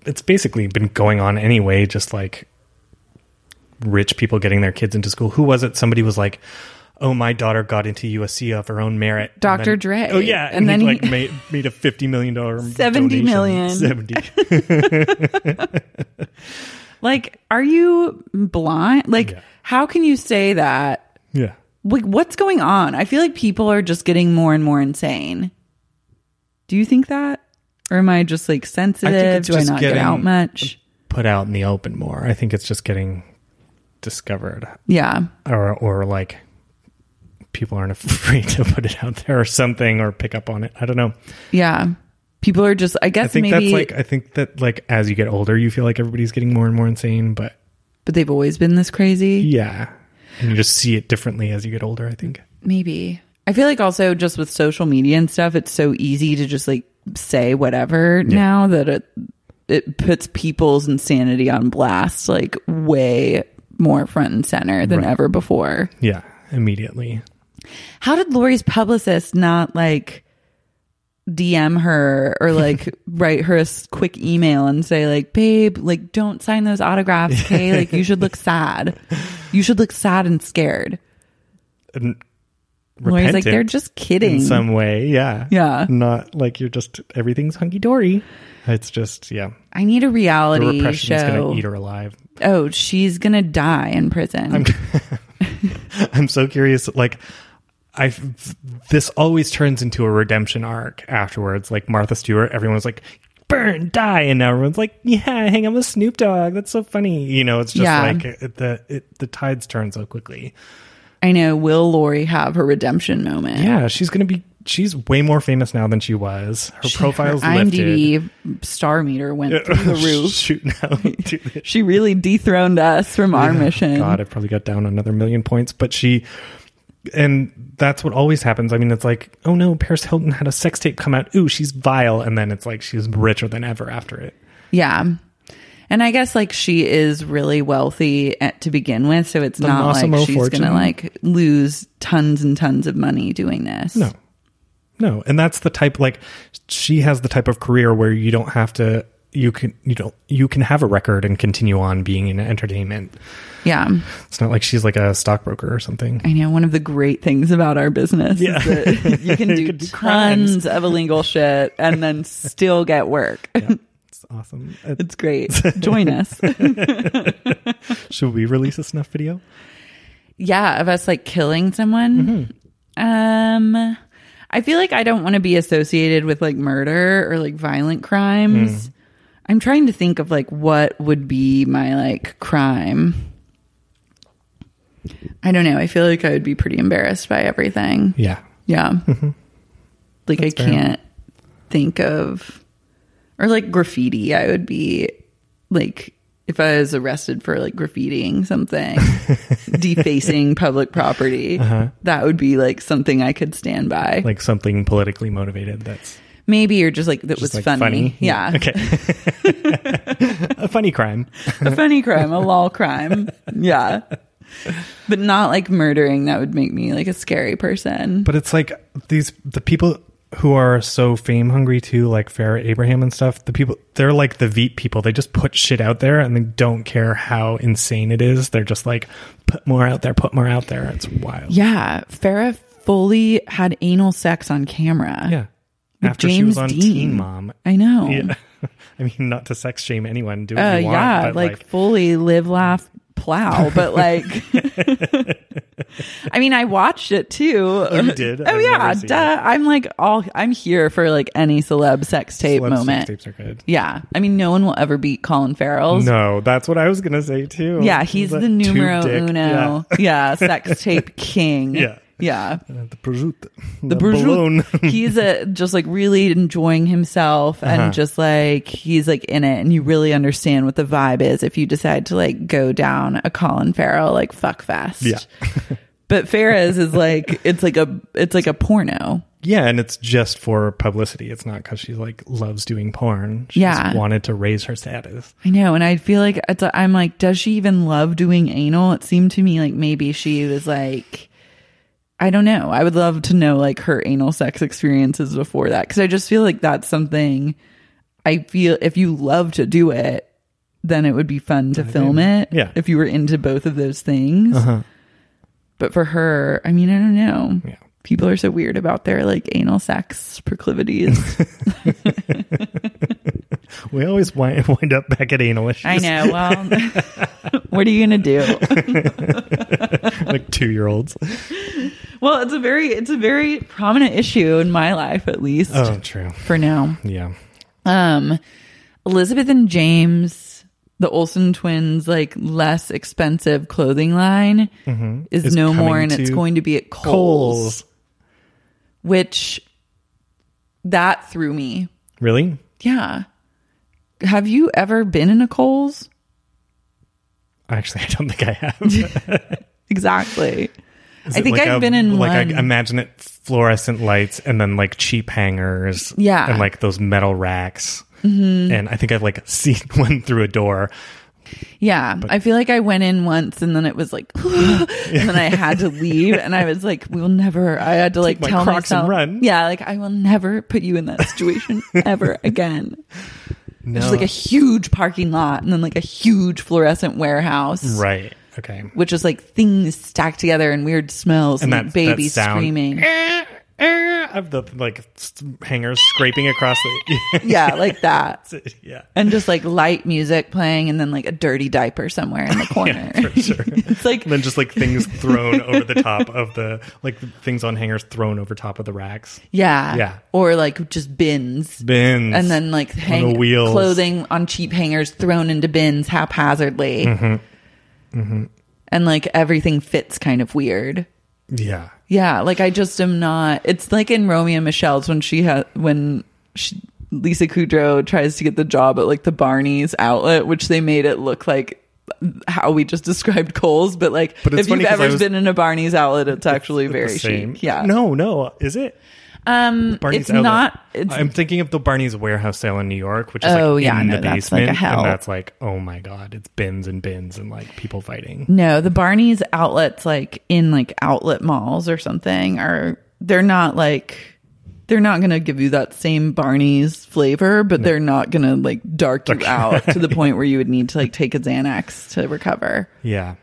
it's basically been going on anyway. Just like rich people getting their kids into school. Who was it? Somebody was like, "Oh, my daughter got into USC of her own merit." And Dr. then- Dre. Oh yeah, and, And he, then like he- made, made a fifty million dollar $70 million. seventy. Like, are you blind? Like, Yeah. how can you say that? yeah, Like, what's going on? I feel like people are just getting more and more insane. Do you think that? Or am I just like sensitive? it's Do I just not get getting- out much? put out in the open more. I think it's just getting discovered Yeah. or or like. pe- people aren't afraid to put it out there or something or pick up on it. I don't know. Yeah. People are just, I guess I think maybe, that's like I think that like as you get older, you feel like everybody's getting more and more insane. But but they've always been this crazy. yeah, and you just see it differently as you get older. I think. Maybe. I feel like also just with social media and stuff, it's so easy to just like say whatever now that it it puts people's insanity on blast like way more front and center than ever before. Yeah, immediately. How did Lori's publicist not like DM her or like write her a s- quick email and say like, "Babe, like don't sign those autographs, okay? Like you should look sad. You should look sad and scared." And Lori's like, repentant "They're just kidding." in some way. Yeah. Yeah. Not like you're just everything's hunky dory. It's just yeah, I need a the reality repression is show. gonna eat her alive. Oh, she's gonna die in prison. I'm so curious. Like, I this always turns into a redemption arc afterwards. Like Martha Stewart, everyone's like, burn, die, and now everyone's like, yeah, hang out with Snoop Dogg. That's so funny. You know, it's just Yeah. like it, the it, the tides turn so quickly. I know. Will Lori have her redemption moment? Yeah, she's gonna be. She's way more famous now than she was. Her profile's her lifted. IMDb star meter went through the roof. Shoot now. Dude. She really dethroned us from our mission. God, I probably got down another million points, but she, and that's what always happens. I mean, it's like, oh no, Paris Hilton had a sex tape come out. Ooh, she's vile, and then it's like she's richer than ever after it. Yeah, and I guess like she is really wealthy at, to begin with, so it's The not Massimo like she's fortune? gonna like lose tons and tons of money doing this. No, no, and that's the type. Like, she has the type of career where you don't have to. You can you don't you can have a record and continue on being in entertainment. Yeah, It's not like she's like a stockbroker or something. I know. One of the great things about our business Yeah. is that you can do, can do crimes. tons of illegal shit and then still get work. It's awesome. Uh, It's great. Join us. Should we release a snuff video? yeah, of us like killing someone. Mm-hmm. Um I feel like I don't want to be associated with like murder or like violent crimes. Mm. I'm trying to think of like what would be my like crime. I don't know. I feel like I would be pretty embarrassed by everything. Yeah, Yeah. Like I Mm-hmm. fair. can't think of or like graffiti. I would be like if I was arrested for like graffitiing something, defacing public property, that would be like something I could stand by. Uh-huh. like something politically motivated. That's Maybe or just like that was Just, funny. Yeah. Okay. a funny crime. a funny crime, a lol crime. Yeah. But not like murdering. That would make me like a scary person. But it's like these the people who are so fame hungry too, like Farrah Abraham and stuff, the people they're like the Veep people. They just put shit out there and they don't care how insane it is. They're just like, put more out there, put more out there. It's wild. yeah. Farah fully had anal sex on camera. Yeah. With After she James was on Dean. Teen Mom. I know. Yeah. I mean, not to sex shame anyone, do what Uh, you want. yeah, but like, like, fully live, laugh, plow. But like, I mean, I watched it too. Oh, you did? Oh I've yeah, never seen duh. I'm like all I'm here for like any celeb sex tape celeb sex moment. tapes are good. Yeah, I mean, no one will ever beat Colin Farrell's. No, that's what I was gonna say too. Yeah, he's the Tube numero dick. uno. Yeah. sex tape king. Yeah. yeah. Yeah. The prosciutto. the bourgeois- he's a just like really enjoying himself and just like he's like in it and you really understand what the vibe is if you decide to like go down a Colin Farrell like fuck fest. Yeah. but Farrah's is like it's like a it's like a porno. Yeah, and it's just for publicity. It's not because she like loves doing porn. She Yeah. just wanted to raise her status. I know, and I feel like it's a, I'm like, does she even love doing anal? It seemed to me like maybe she was like, I don't know. I would love to know like her anal sex experiences before that because I just feel like that's something I feel if you love to do it, then it would be fun to film it. Yeah. Uh-huh. if you were into both of those things. But for her, I mean, I don't know. Yeah. People are so weird about their like anal sex proclivities. We always wind, wind up back at anal issues. I know. Well, what are you gonna do? like two year olds. Well, it's a very it's a very prominent issue in my life at least Oh, true. for now. Yeah. Um Elizabeth and James the Olsen twins like less expensive clothing line is Mm-hmm. Is no coming more and it's to going to be at Kohl's, Coles. which that threw me. Really? Yeah. Have you ever been in a Kohl's? Actually, I don't think I have. Exactly. Is I it think like I've a- been in like one. I imagine it fluorescent lights and then like cheap hangers, Yeah. and like those metal racks. Mm-hmm. And I think I've like seen one through a door. Yeah, I feel like I went in once and then it was like, and then I had to leave, and I was like, "We'll never." I had to like my tell Crocs and myself, run. "Yeah, like I will never put you in that situation ever again." There's like a huge parking lot, and then like a huge fluorescent warehouse, right. Okay. which is like things stacked together and weird smells and, And like that- that babies sound. screaming. Eh, Of the like s- hangers scraping across the yeah, like that, yeah. and just like light music playing, and then like a dirty diaper somewhere in the corner. for sure. it's like And then just like things thrown over the top of the like things on hangers thrown over top of the racks. yeah, Yeah. or like just bins. Bins. and then like hang the wheels. clothing on cheap hangers thrown into bins haphazardly Mm-hmm. and like everything fits kind of weird Yeah. yeah like i just am not it's like in romeo and michelle's when she had when she, lisa kudrow tries to get the job at like the barney's outlet which they made it look like how we just described Coles, but like But it's if you've funny 'cause I ever was- been in a Barney's outlet, it's actually very The same. chic. Yeah, No, no. Is it? um, it's outlet. not. It's I'm thinking of the Barney's warehouse sale in New York, which is Oh, like yeah, in no, the that's like a basement, hell. and that's like, oh my god, it's bins and bins and like people fighting. No, the Barney's outlets, like in like outlet malls or something, are they're not like they're not gonna give you that same Barney's flavor, but they're not gonna like dark you out to the point where you would need to like take a Xanax to recover. Yeah,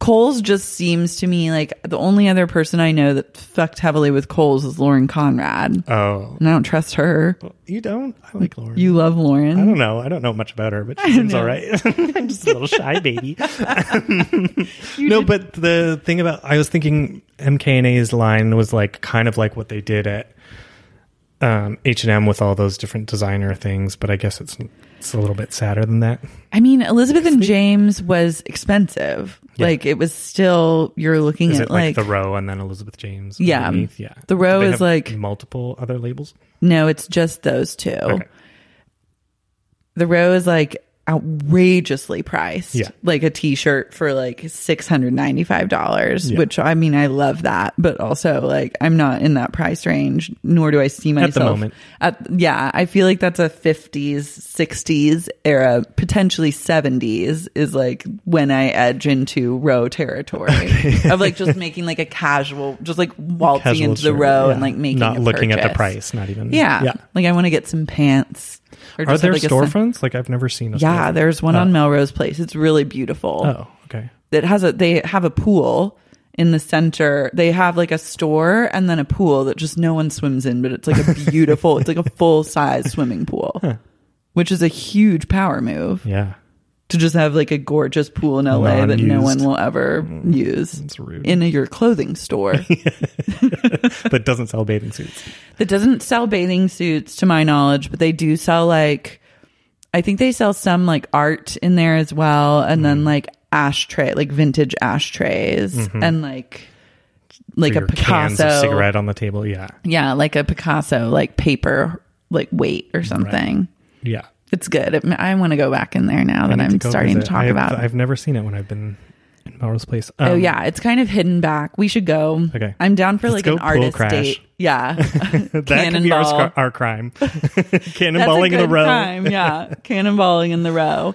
Coles just seems to me like the only other person I know that fucked heavily with Coles is Lauren Conrad. Uh, Oh, and I don't trust her. you don't. I like Lauren. You love uh, I Lauren. don't know. I don't know much about her, but she seems all right. I'm just a little shy baby. no, but the thing about I was thinking MKNA's line was like kind of like what they did at um, H&M with all those different designer things, but I guess it's it's a little bit sadder than that. I mean, Elizabeth and James was expensive. Like it was still you're looking Is at it like, like the row and then Elizabeth James? Yeah. underneath? yeah. The Row Do they is have like- multiple other labels. No, it's just those two. Okay. The row is like outrageously priced. Yeah. Like a t shirt for like $695, Yeah. which I mean, I love that, but also like I'm not in that price range, nor do I see myself. moment. At, yeah. I feel like that's a 50s, 60s era, potentially 70s is like when I edge into row territory of like just making like a casual, just like waltzing Casual into the shirt, row yeah. and like making not a looking at the purchase. price, not even Yeah. Mm-hmm. yeah. Like I want to get some pants. Or Are just there have, like, a sen- storefronts? Like I've never seen. A Yeah, storefront. there's one on Melrose Place. It's really beautiful. Oh, okay. It has a they have a pool in the center. They have like a store and then a pool that just no one swims in, but it's like a beautiful, it's like a full size swimming pool. Which is a huge power move Yeah, to just have like a gorgeous pool in LA that no Non-used. one will ever Mm-hmm. use rude. in your clothing store but doesn't sell bathing suits. that doesn't sell bathing suits to my knowledge, but they do sell like I think they sell some like art in there as well and Mm-hmm. then like ashtray, like vintage ashtrays and like like a Your cans of Picasso cigarette on the table. Yeah, Yeah, like a Picasso like paper like weight or something. yeah. It's good. It, I want to go back in there now that I need I'm go starting to visit. talk I've, about. I've never seen it when I've been in Melrose Place. oh Um, yeah, it's kind of hidden back. We should go. Okay. I'm down for like Let's go an pool artist crash. date. Yeah. that could be our, Cannonball. sc- our crime. That's a Cannonballing in good a row. time. Yeah. Cannonballing in the row.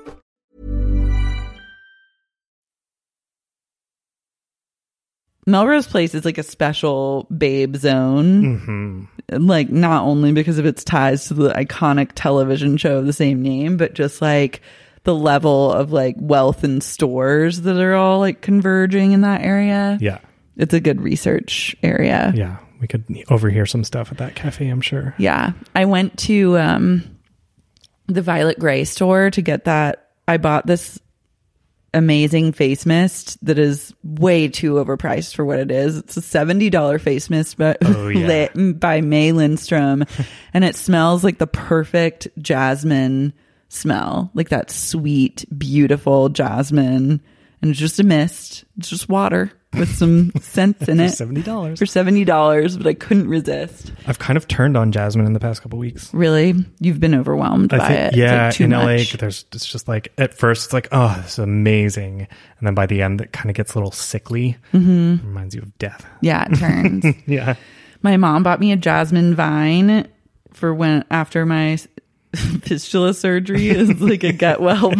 Melrose Place is like a special babe zone. like not only because of its ties to the iconic television show of the same name, but just like the level of like wealth and stores that are all like converging in that area. Yeah. It's a good research area. Yeah. We could overhear some stuff at that cafe, I'm sure. Yeah. I went to um the Violet Grey store to get that I bought this amazing face mist that is way too overpriced for what it is. It's a $70 face mist but Oh, yeah. lit by May Lindstrom and it smells like the perfect jasmine smell. Like that sweet, beautiful jasmine and it's just a mist. It's just water with some scents in it. $70. For $70, but I couldn't resist. I've kind of turned on Jasmine in the past couple weeks. Really, you've been overwhelmed by it. It's, yeah, like too in much. LA, there's it's just like at first it's like, oh, this is amazing, and then by the end it kind of gets a little sickly. Mm-hmm. Reminds you of death. yeah, it turns. Yeah, my mom bought me a jasmine vine for when after my s- fistula surgery is like a get well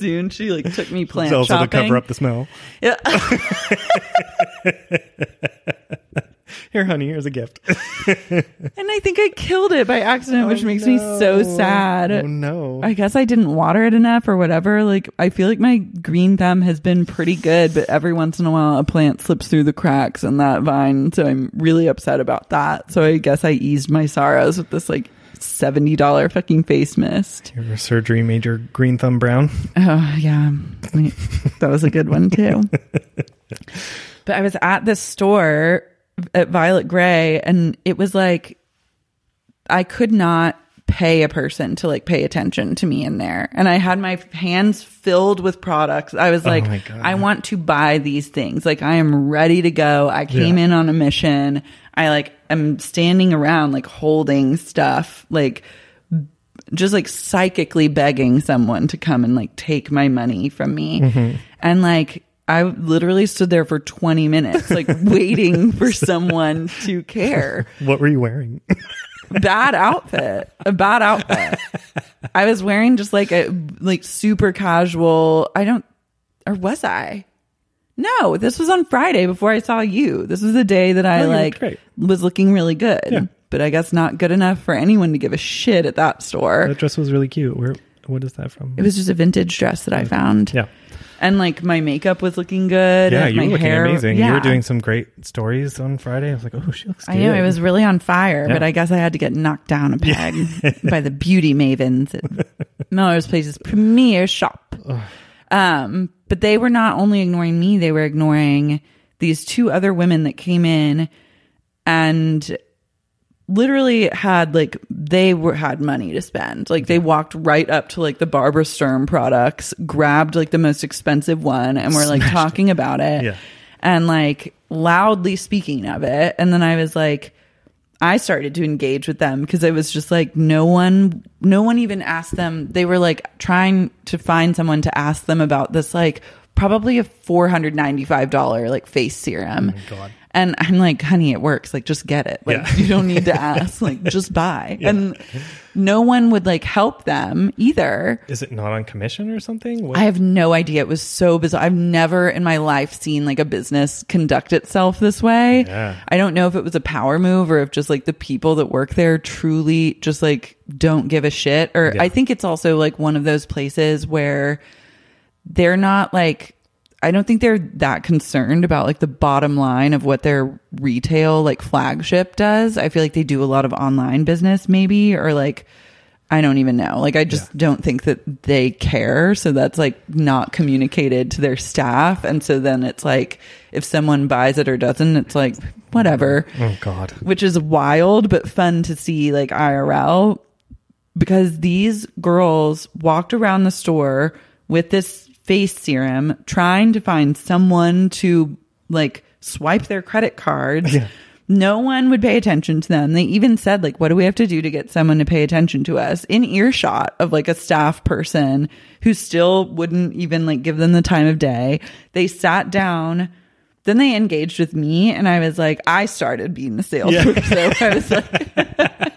soon. She like took me plant it's also shopping. to cover up the smell. Yeah. Here, honey, here's a gift. and I think I killed it by accident, which makes me so sad. Oh no! I guess I didn't water it enough or whatever. Like, I feel like my green thumb has been pretty good, but every once in a while a plant slips through the cracks in that vine. So I'm really upset about that. So I guess I eased my sorrows with this like $70 fucking face mist. Your surgery made your green thumb brown. Oh, yeah. Wait, That was a good one too. but I was at this store at Violet Gray and it was like, I could not pay a person to like pay attention to me in there. And I had my hands filled with products. I was like, Oh my God. I want to buy these things. Like I am ready to go. I came Yeah. in on a mission. I like am standing around like holding stuff, like just like psychically begging someone to come and like take my money from me. And like I literally stood there for 20 minutes like waiting for someone to care What were you wearing? bad outfit. A bad outfit. I was wearing just like a like super casual. I don't or was I? No, this was on Friday before I saw you. This was the day that I Oh, you looked like great. was looking really good. Yeah. But I guess not good enough for anyone to give a shit at that store. that dress was really cute. Where? What is that from? It was just a vintage dress that I found. yeah. And like my makeup was looking good. Yeah, and you my were looking hair- amazing. You Yeah. were doing some great stories on Friday. I was like, oh, she looks. I know good. I was really on fire, but Yeah. I guess I had to get knocked down a peg by the beauty mavens at Miller's Place's premier shop. Um, but they were not only ignoring me; they were ignoring these two other women that came in and literally had like they were had money to spend. Like they walked right up to like the Barbara Sturm products, grabbed like the most expensive one, and were like talking about it Yeah. and like loudly speaking of it. And then I was like, I started to engage with them because it was just like no one, no one even asked them. They were like trying to find someone to ask them about this, like probably a four hundred ninety five dollar like face serum. And I'm like, honey, it works. Like, just get it. Like, Yeah. you don't need to ask. Like, just buy. And no one would like help them either. Is it not on commission or something? What? I have no idea. It was so bizarre. I've never in my life seen like a business conduct itself this way. Yeah. I don't know if it was a power move or if just like the people that work there truly just like don't give a shit. Or I think it's also like one of those places where they're not like, I don't think they're that concerned about like the bottom line of what their retail like flagship does. I feel like they do a lot of online business maybe or like I don't even know. Like, I just don't think that they care. So that's like not communicated to their staff. And so then it's like, if someone buys it or doesn't, it's like, whatever, oh God. which is wild, but fun to see like IRL because these girls walked around the store with this face serum trying to find someone to like swipe their credit cards. No one would pay attention to them. They even said like what do we have to do to get someone to pay attention to us in earshot of like a staff person who still wouldn't even like give them the time of day. They sat down then they engaged with me and I was like I started being the salesperson. So I was like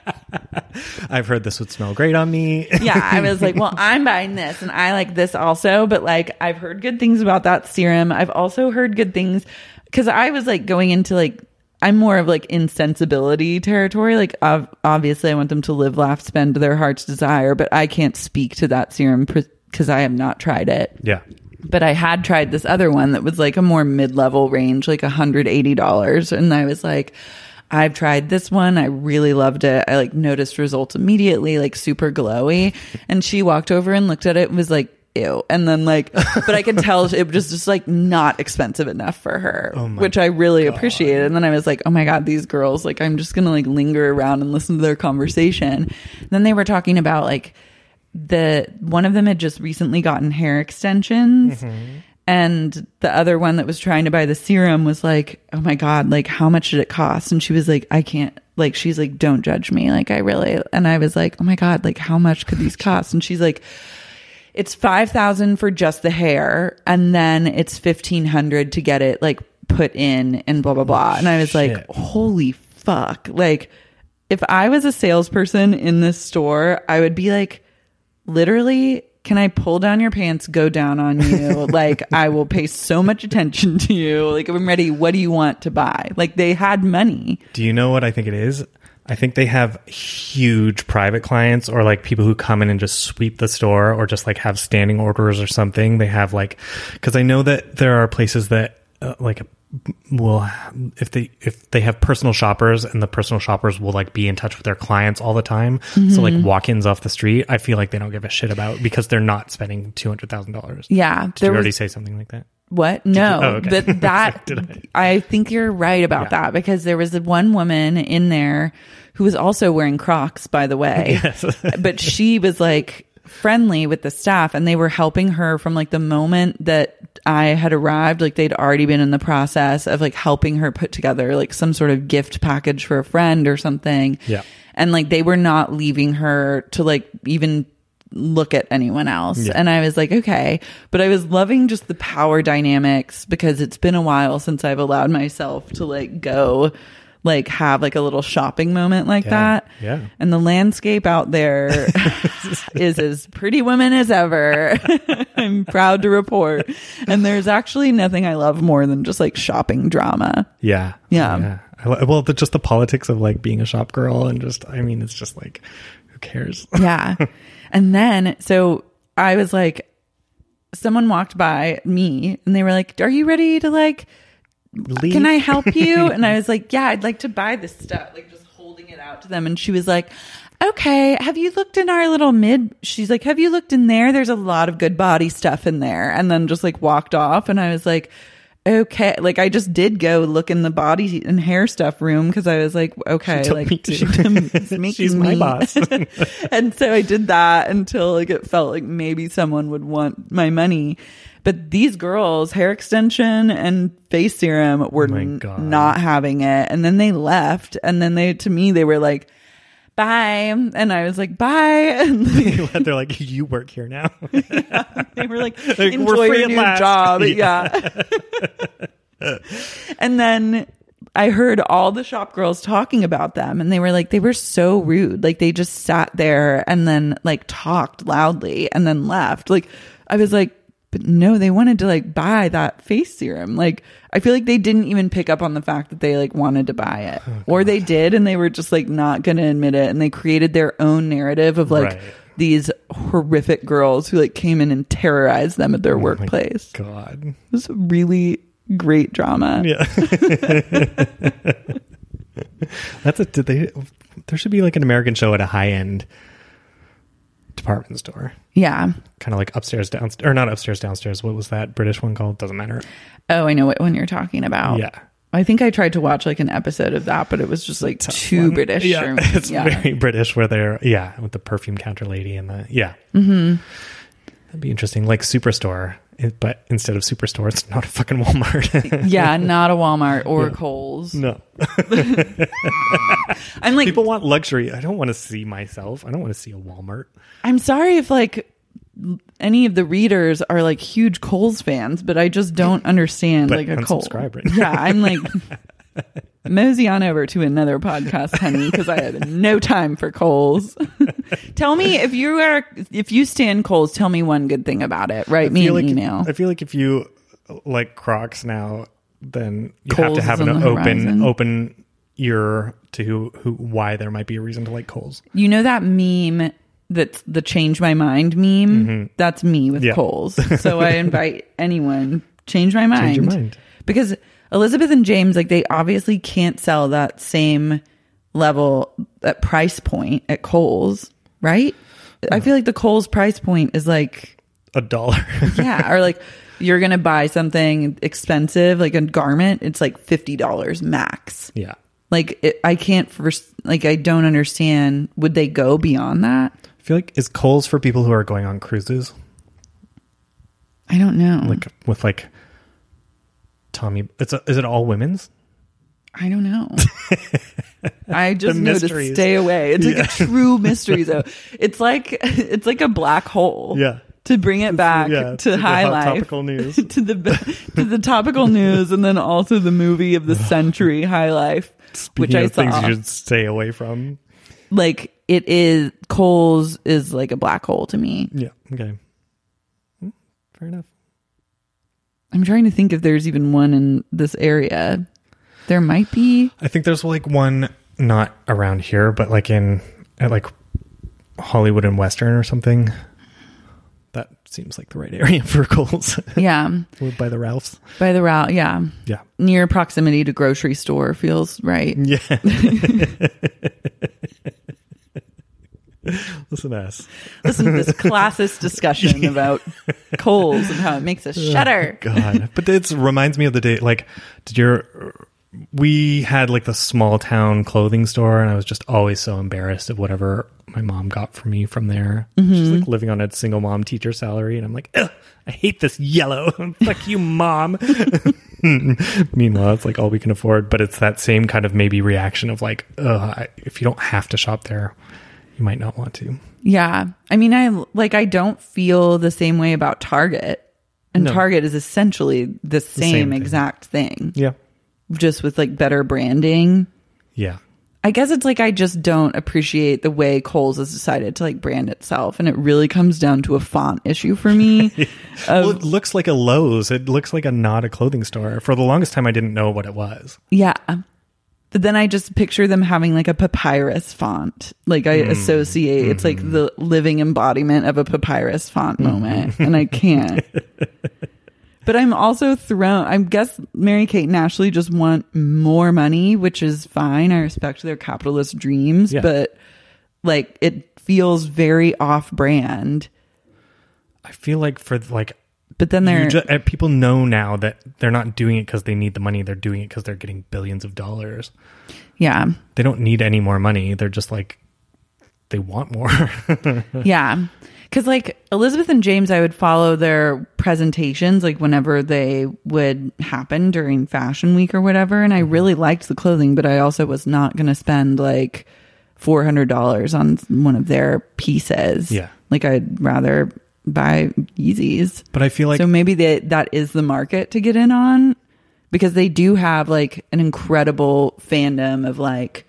I've heard this would smell great on me. yeah, I was like, well, I'm buying this and I like this also, but like I've heard good things about that serum. I've also heard good things because I was like going into like I'm more of like insensibility territory. Like, ov- obviously, I want them to live, laugh, spend their heart's desire, but I can't speak to that serum because I have not tried it. Yeah. But I had tried this other one that was like a more mid level range, like $180. And I was like, I've tried this one. I really loved it. I like noticed results immediately, like super glowy. And she walked over and looked at it and was like, ew. And then like, but I could tell it was just like not expensive enough for her, which I really appreciated. And then I was like, oh my God, these girls, like, I'm just going to like linger around and listen to their conversation. Then they were talking about like, the one of them had just recently gotten hair extensions and the other one that was trying to buy the serum was like oh my god like how much did it cost and she was like i can't like she's like don't judge me like i really and i was like oh my god like how much could these cost and she's like it's 5000 for just the hair and then it's 1500 to get it like put in and blah blah blah and i was like holy fuck like if i was a salesperson in this store i would be like literally can i pull down your pants go down on you like i will pay so much attention to you like i'm ready what do you want to buy like they had money Do you know what I think it is? I think they have huge private clients or like people who come in and just sweep the store or just like have standing orders or something. They have like, because I know that there are places that uh, like will if they if they have personal shoppers and the personal shoppers will like be in touch with their clients all the time so like walk-ins off the street i feel like they don't give a shit about because they're not spending $200000 yeah did you already say something like that What? No. Oh, okay. But that Did I? think you're right about that because there was the one woman in there who was also wearing Crocs, by the way. but she was like friendly with the staff and they were helping her from like the moment that I had arrived. Like they'd already been in the process of like helping her put together like some sort of gift package for a friend or something. Yeah. And like they were not leaving her to like even look at anyone else. And I was like, okay. But I was loving just the power dynamics because it's been a while since I've allowed myself to like go like have like a little shopping moment like that. yeah. And the landscape out there is as pretty women as ever. I'm proud to report. And there's actually nothing I love more than just like shopping drama. Yeah. Yeah. I li- well, the, just the politics of like being a shop girl and just, I mean, it's just like, who cares? Yeah. and then, so I was like, someone walked by me and they were like, Are you ready to like, can I help you? and I was like, Yeah, I'd like to buy this stuff, like just holding it out to them. And she was like, Okay, have you looked in our little mid? She's like, Have you looked in there? There's a lot of good body stuff in there. And then just like walked off. And I was like, Okay, like I just did go look in the body and hair stuff room because I was like, okay, told like me to. she she's making She's my me- boss. and so I did that until like it felt like maybe someone would want my money. But these girls, hair extension and face serum, were my n- God. not having it. And then they left. And then they, to me, they were like, bye. And I was like, bye. And they, They're like, you work here now. they were like, Like, we're enjoy free your new at last. job. Yeah. and then I heard all the shop girls talking about them and they were like, they were so rude. Like they just sat there and then like talked loudly and then left. Like I was like, but no, they wanted to like buy that face serum. Like I feel like they didn't even pick up on the fact that they like wanted to buy it Oh, or they did and they were just like not going to admit it. And they created their own narrative of like, Right. these horrific girls who like came in and terrorized them Oh at their workplace. It God. was really great drama. Yeah. That's a, did they, there should be like an American show at a high end department store. Yeah. Kind of like upstairs, downstairs, or not upstairs, downstairs. What was that British one called? Doesn't matter. Oh, I know what one you're talking about. Yeah. I think I tried to watch like an episode of that, but it was just like too British. Yeah, for me. it's yeah. very British where they're yeah with the perfume counter lady and the yeah. Mm-hmm. That'd be interesting, like Superstore, it- but instead of Superstore, it's not a fucking Walmart. yeah, not a Walmart or Kohl's. no, I'm like, people want luxury. I don't want to see myself. I don't want to see a Walmart. I'm sorry if like any of the readers are like huge Coles fans, but I just don't understand But like a Coles. unsubscribe right now. yeah, I'm like mosey on over to another podcast, honey, because I have no time for Coles. tell me if you are if you stand Coles, tell me one good thing about it. Write me feel an like email. I feel like if you like Crocs now, then you Kohl's have is to have on an the open horizon. open ear to who, who why there might be a reason to like Coles. You know that meme that's the change my mind meme? That's me with Mm-hmm. Yeah. Coles. So I invite anyone, change my mind. Change your mind. Because Elizabeth and James, like they obviously can't sell that same level that price point at Coles, right? I feel like the Coles price point is like A dollar. yeah, or like you're gonna buy something expensive, like a garment, it's like fifty dollars max yeah. like it, i can't first like i don't understand would they go beyond that I feel like is Coles for people who are going on cruises i don't know like with like Tommy it's a, is it all women's? i don't know i just know to mysteries. stay away it's like a true mystery though it's like it's like a black hole Yeah. to bring it back yeah, to to the high hot life topical news. to the to the topical news and then also the movie of the century high life which Speaking i of saw things you should stay away from. like it is cole's is like a black hole to me Yeah. Okay. Hmm, Fair enough. I'm trying to think if there's even one in this area. There might be. I think there's like one not around here, but like in at like Hollywood and Western or something. That seems like the right area for Coles Yeah. Or by the Ralphs. By the route. Yeah. Yeah. Near proximity to grocery store feels right. Yeah. Listen to us. Listen to this classist discussion about coals and how it makes us shudder. Oh God. But it reminds me of the day, like, did your. We had like the small town clothing store, and I was just always so embarrassed of whatever my mom got for me from there. She's like living on a single mom teacher salary, and I'm like, Ugh, I hate this yellow. Fuck you, mom. Meanwhile, it's like all we can afford, but it's that same kind of maybe reaction of like, Ugh, I, if you don't have to shop there, you might not want to. Yeah. I mean, I like, I don't feel the same way about Target. And Target is essentially the same, thing. exact thing, Yeah. just with like better branding. Yeah. I guess it's like I just don't appreciate the way Coles has decided to like brand itself, and it really comes down to a font issue for me. well, it looks like a Lowe's. It looks like a not a clothing store. For the longest time, I didn't know what it was. yeah, but then I just picture them having like a papyrus font. Like Hmm. I associate it's like the living embodiment of a papyrus font Hmm. moment, and I can't. But I'm also thrown. I guess Mary Kate and Ashley just want more money, which is fine. I respect their capitalist dreams, Yeah. but like it feels very off brand. I feel like for like But then you they're ju- uh, people know now that they're not doing it because they need the money. They're doing it because they're getting billions of dollars. yeah, They don't need any more money. They're just like they want more. yeah. Because like Elizabeth and James, I would follow their presentations like whenever they would happen during Fashion Week or whatever, and I really liked the clothing, but I also was not going to spend like four hundred dollars on one of their pieces. Yeah. like I'd rather buy Yeezys. but I feel like so maybe they, that is the market to get in on because they do have like an incredible fandom of like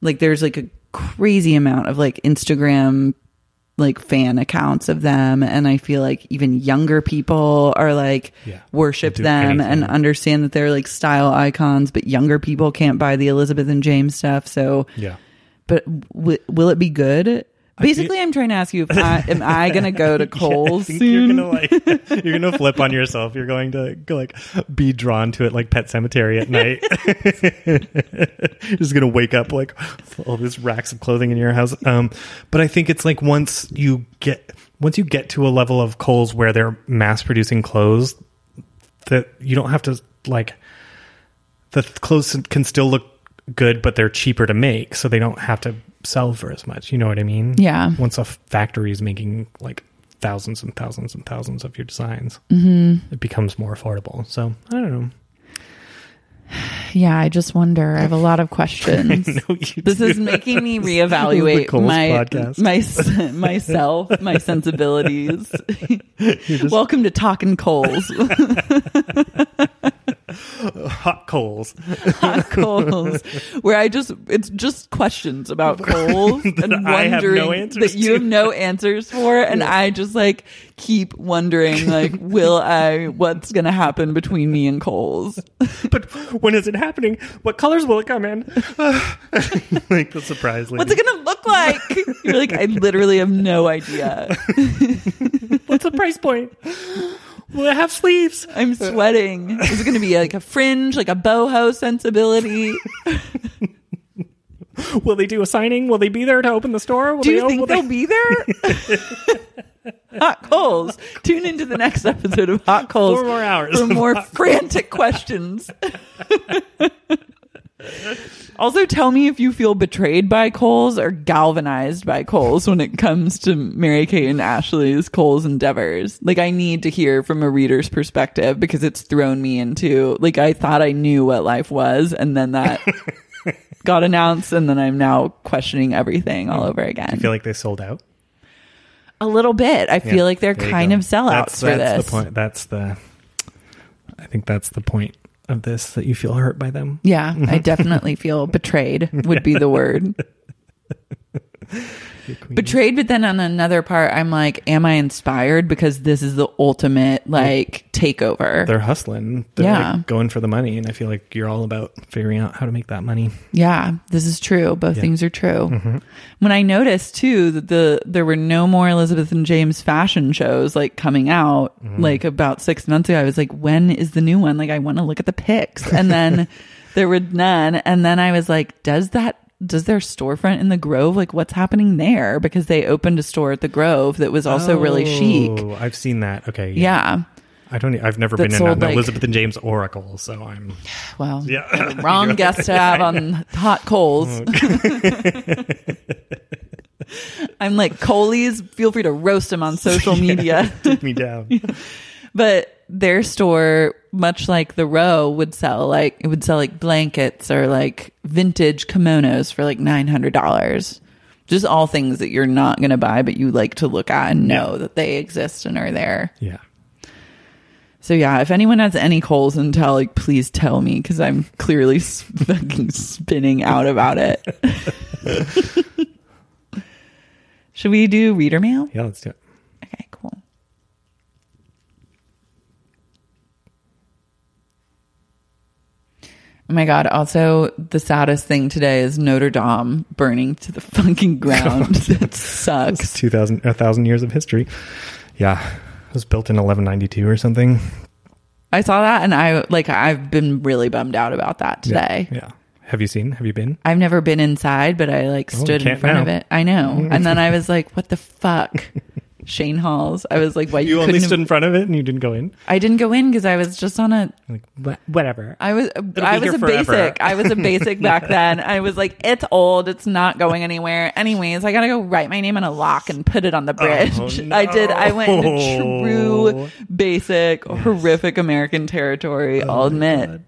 like there's like a crazy amount of like Instagram like fan accounts of them and I feel like even younger people are like Yeah. worship Do them anything. and understand that they're like style icons but younger people can't buy the Elizabeth and James stuff so yeah. but w- will it be good? Basically, I'm trying to ask you if I am I going to go to Kohl's I think soon? You're gonna like you're gonna flip on yourself. You're going to go, like be drawn to it like Pet Cemetery at night. Just gonna wake up like all these racks of clothing in your house. Um, but I think it's like once you get once you get to a level of Kohl's where they're mass producing clothes that you don't have to like the th- clothes can still look good, but they're cheaper to make, so they don't have to sell for as much. You know what I mean? Yeah. Once a f- factory is making like thousands and thousands and thousands of your designs, Mm-hmm. it becomes more affordable. So I don't know. Yeah, I just wonder. I have a lot of questions. this is making me reevaluate Coles my podcast. my s- myself, my sensibilities. Welcome to Talking Coles. hot coals. hot coals where I just it's just questions about coals and wondering I have no answers that you have to. no answers for and I just like keep wondering like will I what's going to happen between me and coals But when is it happening? What colors will it come in? like the surprise lady. what's it going to look like you're like I literally have no idea What's the price point? Will it have sleeves? I'm sweating is it going to be like a fringe like a boho sensibility Will they do a signing? Will they be there to open the store? Will do they you open- will think they- they'll be there Hot coals. Tune into the next episode of Hot Coals Four more hours for of more frantic questions. also, tell me if you feel betrayed by Coles or galvanized by Coles when it comes to Mary Kate and Ashley's Coles endeavors. Like, I need to hear from a reader's perspective because it's thrown me into like I thought I knew what life was, and then that. Got announced, and then I'm now questioning everything all over again. I Hmm. feel like they sold out. A little bit. I feel Yeah, like they're there you kind go. of sellouts that's, for that's this. The point. That's the. I think that's the point of this that you feel hurt by them. Yeah, I definitely feel betrayed would be the word. betrayed, but then on another part, I'm like, am I inspired? Because this is the ultimate like takeover. They're hustling. They're Yeah. like going for the money, and I feel like you're all about figuring out how to make that money. Yeah, this is true. Both things are true. When I noticed too that the there were no more Elizabeth and James fashion shows like coming out like about six months ago, I was like, when is the new one? Like, I want to look at the pics, and then there were none. And then I was like, does that does their storefront in the Grove like what's happening there? Because they opened a store at the Grove that was also really chic. Oh, I've seen that. Okay. Yeah. I don't. e, I've never That been in sold, an like- Elizabeth and James Oracle, so I'm. Well, Yeah. wrong guest to have on hot coals. I'm like Coley's. Feel free to roast him on social media. Take me down. but their store, much like the row, would sell like it would sell like blankets or like vintage kimonos for like nine hundred dollars. Just all things that you're not going to buy, but you like to look at and know that they exist and are there. yeah. So yeah, if anyone has any Coles intel, like please tell me because I'm clearly s- fucking spinning out about it. Should we do reader mail? Yeah. Let's do it. Okay, cool. Oh my god! Also, the saddest thing today is Notre Dame burning to the fucking ground. that sucks. It's two thousand a thousand years of history. Yeah. It was built in 1192 or something. I saw that, and I like I've been really bummed out about that today. Yeah. Have you seen? Have you been? I've never been inside, but I like Oh, you stood in can't front of now. Mm. it. I know. And then I was like, what the fuck? Shane Halls. I was like, why you, You only couldn't stood have- in front of it and you didn't go in. I didn't go in because I was just on a Like wha- whatever. I was I be was a here forever. basic. I was a basic back then. I was like, it's old, it's not going anywhere. Anyways, I gotta go write my name on a lock and put it on the bridge. I did I went into true Oh, no. Oh basic, horrific American territory, I'll admit.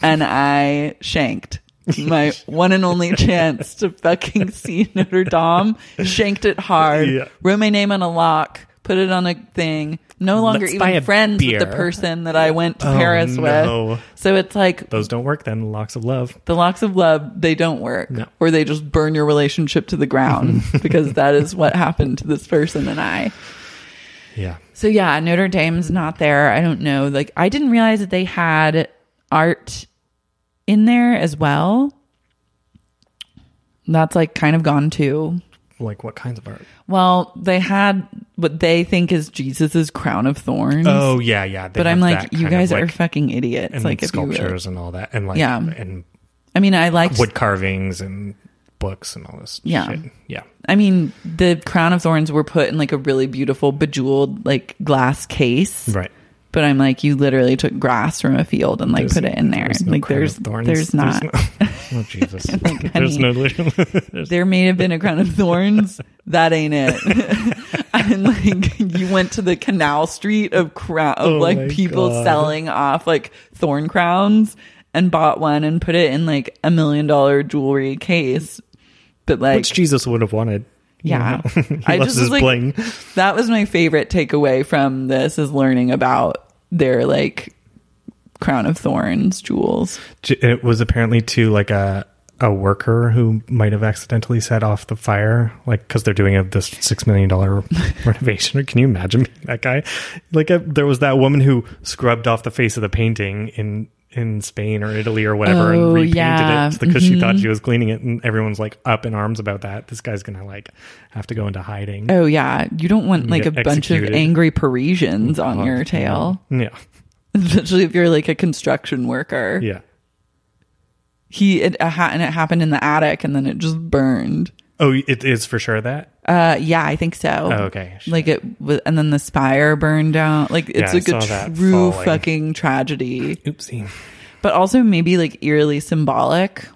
And I shanked my one and only chance to fucking see Notre Dame. Shanked it hard. Yeah. Wrote my name on a lock. Put it on a thing. No longer Let's buy even a friends with the beer. person that I went to Paris Oh, no. with. So it's like Those don't work then. Locks of love. the locks of love, they don't work, No. or they just burn your relationship to the ground because that is what happened to this person and I. Yeah. So yeah, Notre Dame's not there. I don't know. Like I didn't realize that they had art in there as well. That's like kind of gone too. Like what kinds of art? Well, they had what they think is Jesus's crown of thorns. Oh yeah, yeah. They but I'm have like, that you kind of, guys like- are fucking idiots. and like if you really- sculptures and all that, and like Yeah. and I mean, I liked wood carvings and books and all this. Yeah. shit. yeah. I mean, the crown of thorns were put in like a really beautiful bejeweled like glass case. Right. But I'm like, you literally took grass from a field and like There's- put it in there. there's no like crown there's of thorns. there's not. no- oh Jesus. there's no. there's- there may have been a crown of thorns. that ain't it. and like you went to the canal street of crown of Oh my like people God. selling off like thorn crowns and bought one and put it in like a million dollar jewelry case. But like Which Jesus would have wanted. Yeah. he loves his bling. that was my favorite takeaway from this is learning about their like crown of thorns jewels. J- It was apparently to like a a worker who might have accidentally set off the fire, like because they're doing a, this six million dollar renovation. Can you imagine being that guy? Like uh there was that woman who scrubbed off the face of the painting in in Spain or Italy or whatever Oh, and repainted yeah. Mm-hmm. it because she thought she was cleaning it, and everyone's like up in arms about that. This guy's gonna like have to go into hiding. Oh yeah, you don't want like a get bunch of executed. Uh-huh. angry Parisians on your tail, Yeah, especially if you're like a construction worker. Uh-huh. yeah. He it, uh, ha- and it happened in the attic, and then it just burned. Oh, it is for sure that. Uh, yeah, I think so. Oh, okay. Shit. Like it was, and then the spire burned down. Like it's I saw like a that true falling. fucking tragedy, Oopsie. but also maybe like eerily symbolic.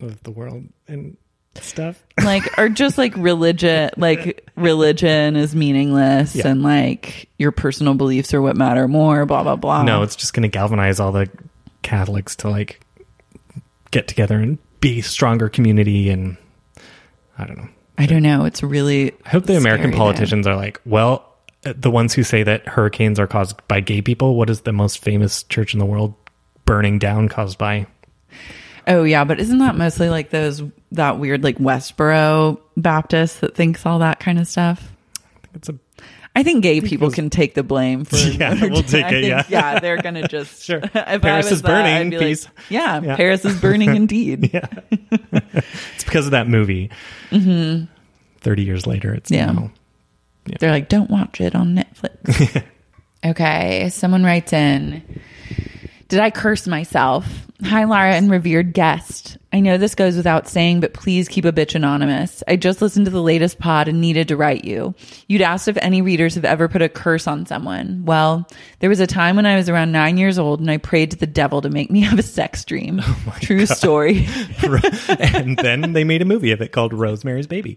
Of the world and stuff. like or just like religion like religion is meaningless Yeah. and like your personal beliefs are what matter more blah blah blah No, it's just going to galvanize all the Catholics to like get together and be a stronger community. And I don't know. i don't know it's really I hope the American politicians are like, well, uh, the ones who say that hurricanes are caused by gay people. What is the most famous church in the world burning down caused by? oh yeah but isn't that mostly like those that weird like westboro baptist that thinks all that kind of stuff It's a i think gay people can take the blame for Yeah, we'll take I it, think, yeah. yeah they're gonna just Sure. if I Paris was is that, I'd burning, be like, peace. yeah, Yeah. paris is burning indeed it's because of that movie. Thirty years later, it's Yeah. now. They're like, don't watch it on Netflix. okay. Someone writes in Did I curse myself? Hi, Lara and revered guest. I know this goes without saying, but please keep a bitch anonymous. I just listened to the latest pod and needed to write you. You'd asked if any readers have ever put a curse on someone. Well, there was a time when I was around nine years old and I prayed to the devil to make me have a sex dream. True story. and then they made a movie of it called Rosemary's Baby.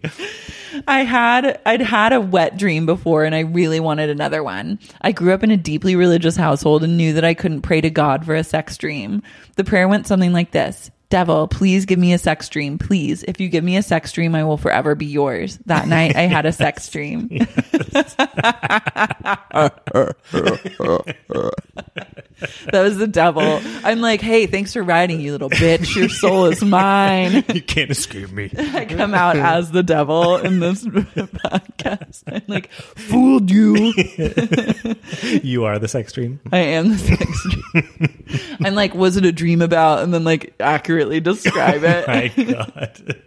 I had I'd had a wet dream before and I really wanted another one. I grew up in a deeply religious household and knew that I couldn't pray to God for a sex dream. The prayer went something like this. Devil, please give me a sex dream. Please. If you give me a sex dream, I will forever be yours. That night I had a sex dream. that was the devil. I'm like, hey, thanks for writing, you little bitch. Your soul is mine. You can't escape me. I come out as the devil in this podcast. I'm like, fooled you. You are the sex dream. I am the sex dream. I'm like, was it a dream about? And then like accurately describe it. My God.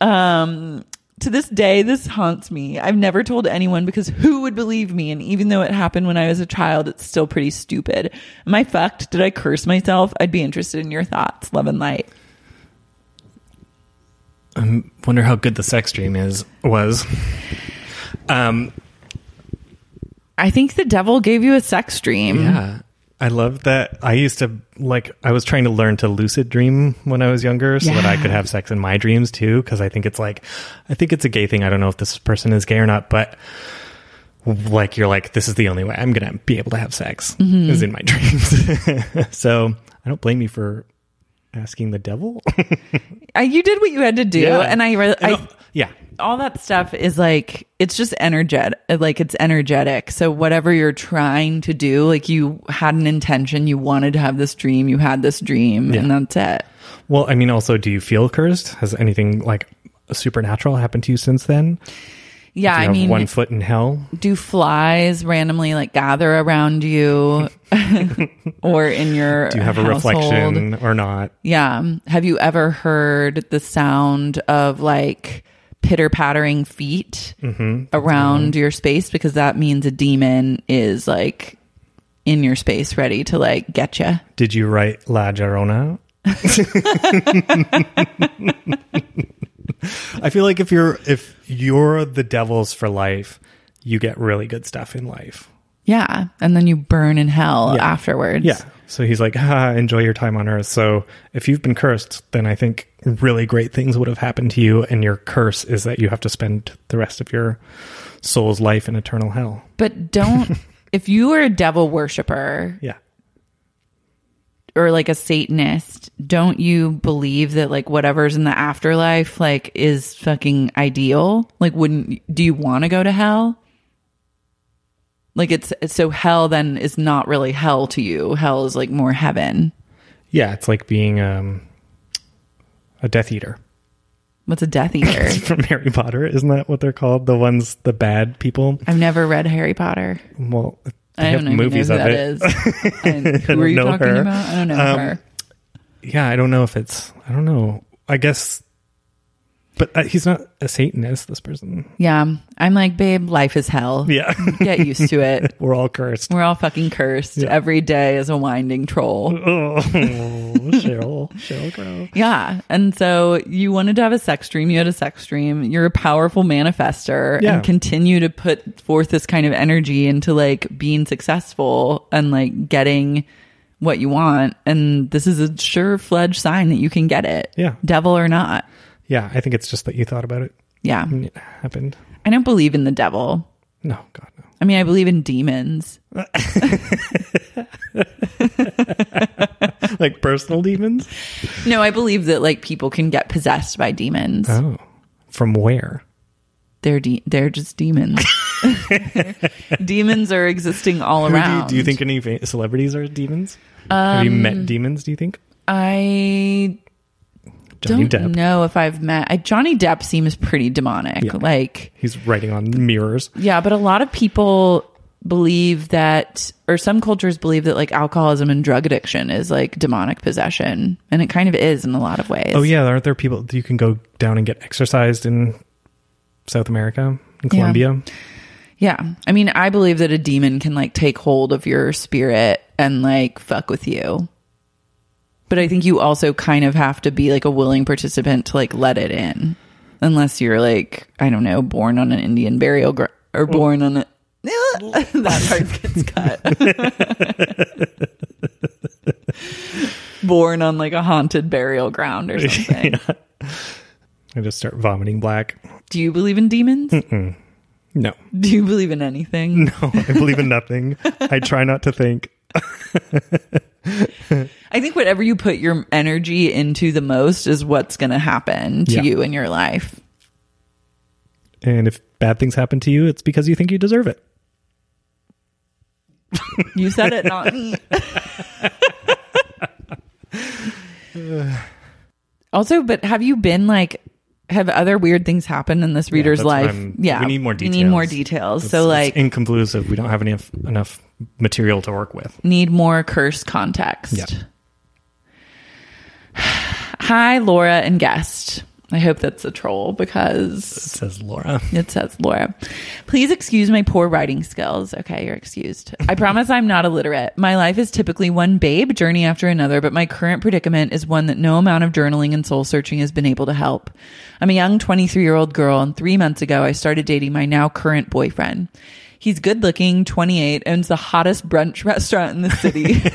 Um, To this day, this haunts me. I've never told anyone because who would believe me? And even though it happened when I was a child, it's still pretty stupid. Am I fucked? Did I curse myself? I'd be interested in your thoughts. Love and light. wonder how good the sex dream is was. Um, I think the devil gave you a sex dream. yeah, I love that. I used to like. I was trying to learn to lucid dream when I was younger, so that I Yeah. could have sex in my dreams too. Because I think it's like, I think it's a gay thing. I don't know if this person is gay or not, but like you're like, this is the only way I'm gonna be able to have sex Mm-hmm. is in my dreams. so I don't blame you for asking the devil. I, you did what you had to do. And I, re- I, yeah, all that stuff is like it's just energetic like it's energetic so whatever you're trying to do like you had an intention you wanted to have this dream you had this dream and that's it Well, I mean, also, do you feel cursed? Has anything like supernatural happened to you since then? yeah Do you i have mean one foot in hell. do flies randomly like gather around you or in your Do you have a reflection or not? yeah Um, have you ever heard the sound of like pitter pattering feet Mm-hmm. around your space because that means a demon is like in your space ready to like get you Did you write La Llorona? I feel like if you're if you're the devils for life, you get really good stuff in life. Yeah, and then you burn in hell Yeah. afterwards. Yeah. So he's like, ah, enjoy your time on earth. So if you've been cursed, then I think really great things would have happened to you. And your curse is that you have to spend the rest of your soul's life in eternal hell. But don't if you are a devil worshiper Yeah. or like a satanist, don't you believe that like whatever's in the afterlife like is fucking ideal? Like wouldn't do you want to go to hell? Like it's so hell then is not really hell to you. Hell is like more heaven. Yeah, it's like being um, a Death Eater What's a Death Eater? from Harry Potter. Isn't that what they're called? The ones, the bad people. I've never read Harry Potter. Well, they I have don't know movies who of that it. is. I- who are you know talking her. Um, about? I don't know her. Yeah, I don't know if it's. I don't know. I guess. But uh, he's not a Satanist. This person. Yeah, I'm like, babe, life is hell. Yeah, Get used to it. we're all cursed. We're all fucking cursed. Every day is a winding troll. Oh, Cheryl, Cheryl Crow. Yeah. And so you wanted to have a sex dream. You had a sex dream. You're a powerful manifester Yeah. and continue to put forth this kind of energy into like being successful and like getting what you want. And this is a sure fledged sign that you can get it. Yeah. Devil or not. Yeah, I think it's just that you thought about it Yeah. and it happened. I don't believe in the devil. No, God, no. I mean, I believe in demons. Like personal demons. No, I believe that like people can get possessed by demons. Oh, from where? They're de- they're just demons. demons are existing all Who do, you, around. Um, do you think any fa- celebrities are demons? Have you met demons? Do you think I Johnny don't Depp? know if I've met I, Johnny Depp seems pretty demonic. Yeah. Like, He's writing on mirrors. yeah, but a lot of people believe that, or some cultures believe that, like alcoholism and drug addiction is like demonic possession, and it kind of is in a lot of ways. Oh yeah, aren't there people you can go down and get exercised in South America, in Colombia? yeah. I mean, I believe that a demon can like take hold of your spirit and like fuck with you. But I think you also kind of have to be like a willing participant to like let it in, unless you're like I don't know, born on an Indian burial ground or born on a that part gets cut. born on like a haunted burial ground or something. I just start vomiting black. Do you believe in demons? No, Do you believe in anything? no, I believe in nothing. I try not to think. I think whatever you put your energy into the most is what's going to happen to Yeah. you in your life. And if bad things happen to you, it's because you think you deserve it. You said it, not me. also, but have you been like, have other weird things happened in this reader's that's what life? I'm- yeah. we need more We need more details. details. It's- so, it's like, inconclusive. We don't have enough enough material to work with. need more curse context. Yeah. Hi, Laura and guest. I hope that's a troll because Says Laura. It says Laura. Please excuse my poor writing skills. Okay, you're excused. I promise I'm not illiterate. My life is typically one babe journey after another, but my current predicament is one that no amount of journaling and soul searching has been able to help. I'm a young 23 year old girl, and three months ago, I started dating my now current boyfriend. He's good looking, 28, owns the hottest brunch restaurant in the city.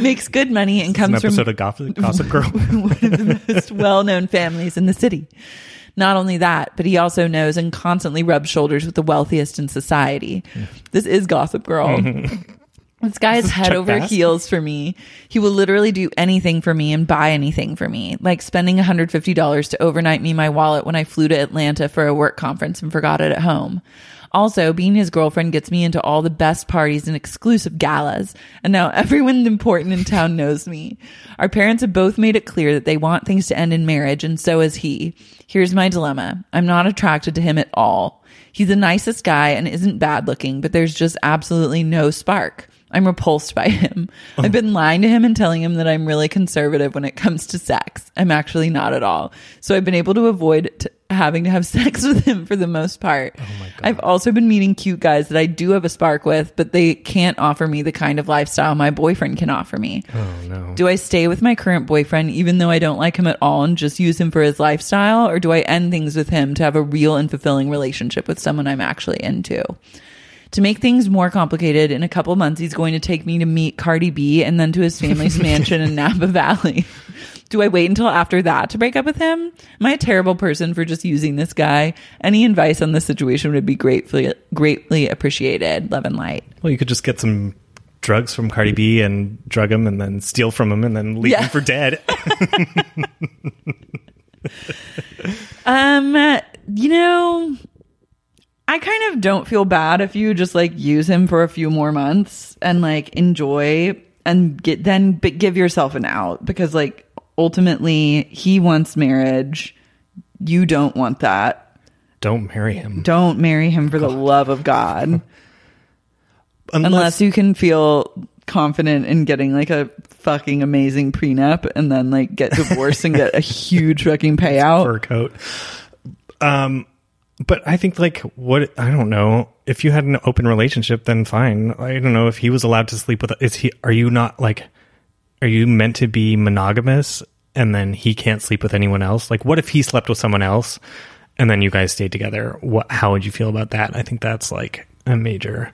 Makes good money and An comes from episode of Gossip, Gossip Girl. most well-known families in the city. Not only that, but he also knows and constantly rubs shoulders with the wealthiest in society. This is Gossip Girl. This guy is head Chuck over Bass? heels for me. He will literally do anything for me and buy anything for me, like spending $150 to overnight me my wallet when I flew to Atlanta for a work conference and forgot it at home. Also, being his girlfriend gets me into all the best parties and exclusive galas, and now everyone important in town knows me. Our parents have both made it clear that they want things to end in marriage, and so has he. Here's my dilemma I'm not attracted to him at all. He's the nicest guy and isn't bad looking, but there's just absolutely no spark. I'm repulsed by him. I've been lying to him and telling him that I'm really conservative when it comes to sex. I'm actually not at all. So I've been able to avoid t- having to have sex with him for the most part. I've also been meeting cute guys that I do have a spark with, but they can't offer me the kind of lifestyle my boyfriend can offer me. Do I stay with my current boyfriend even though I don't like him at all and just use him for his lifestyle, or do I end things with him to have a real and fulfilling relationship with someone I'm actually into? To make things more complicated, in a couple months, he's going to take me to meet Cardi B and then to his family's mansion in Napa Valley. Do I wait until after that to break up with him? Am I a terrible person for just using this guy? Any advice on this situation would be gratefully greatly appreciated. Love and light. well, you could just get some drugs from Cardi B and drug him, and then steal from him, and then leave Yeah. him for dead. Um, you know, uh, I kind of don't feel bad if you just like use him for a few more months and like enjoy and get then but give yourself an out because like ultimately he wants marriage. You don't want that. Don't marry him. Don't marry him for the love of God unless you can feel confident in getting like a fucking amazing prenup and then like get divorced and get a huge fucking payout. fur coat. Um, but I think like what I don't know if you had an open relationship, then fine. I don't know if he was allowed to sleep with. Is he? Are you not like? Are you meant to be monogamous? And then he can't sleep with anyone else. Like, what if he slept with someone else, and then you guys stayed together? What? How would you feel about that? I think that's like a major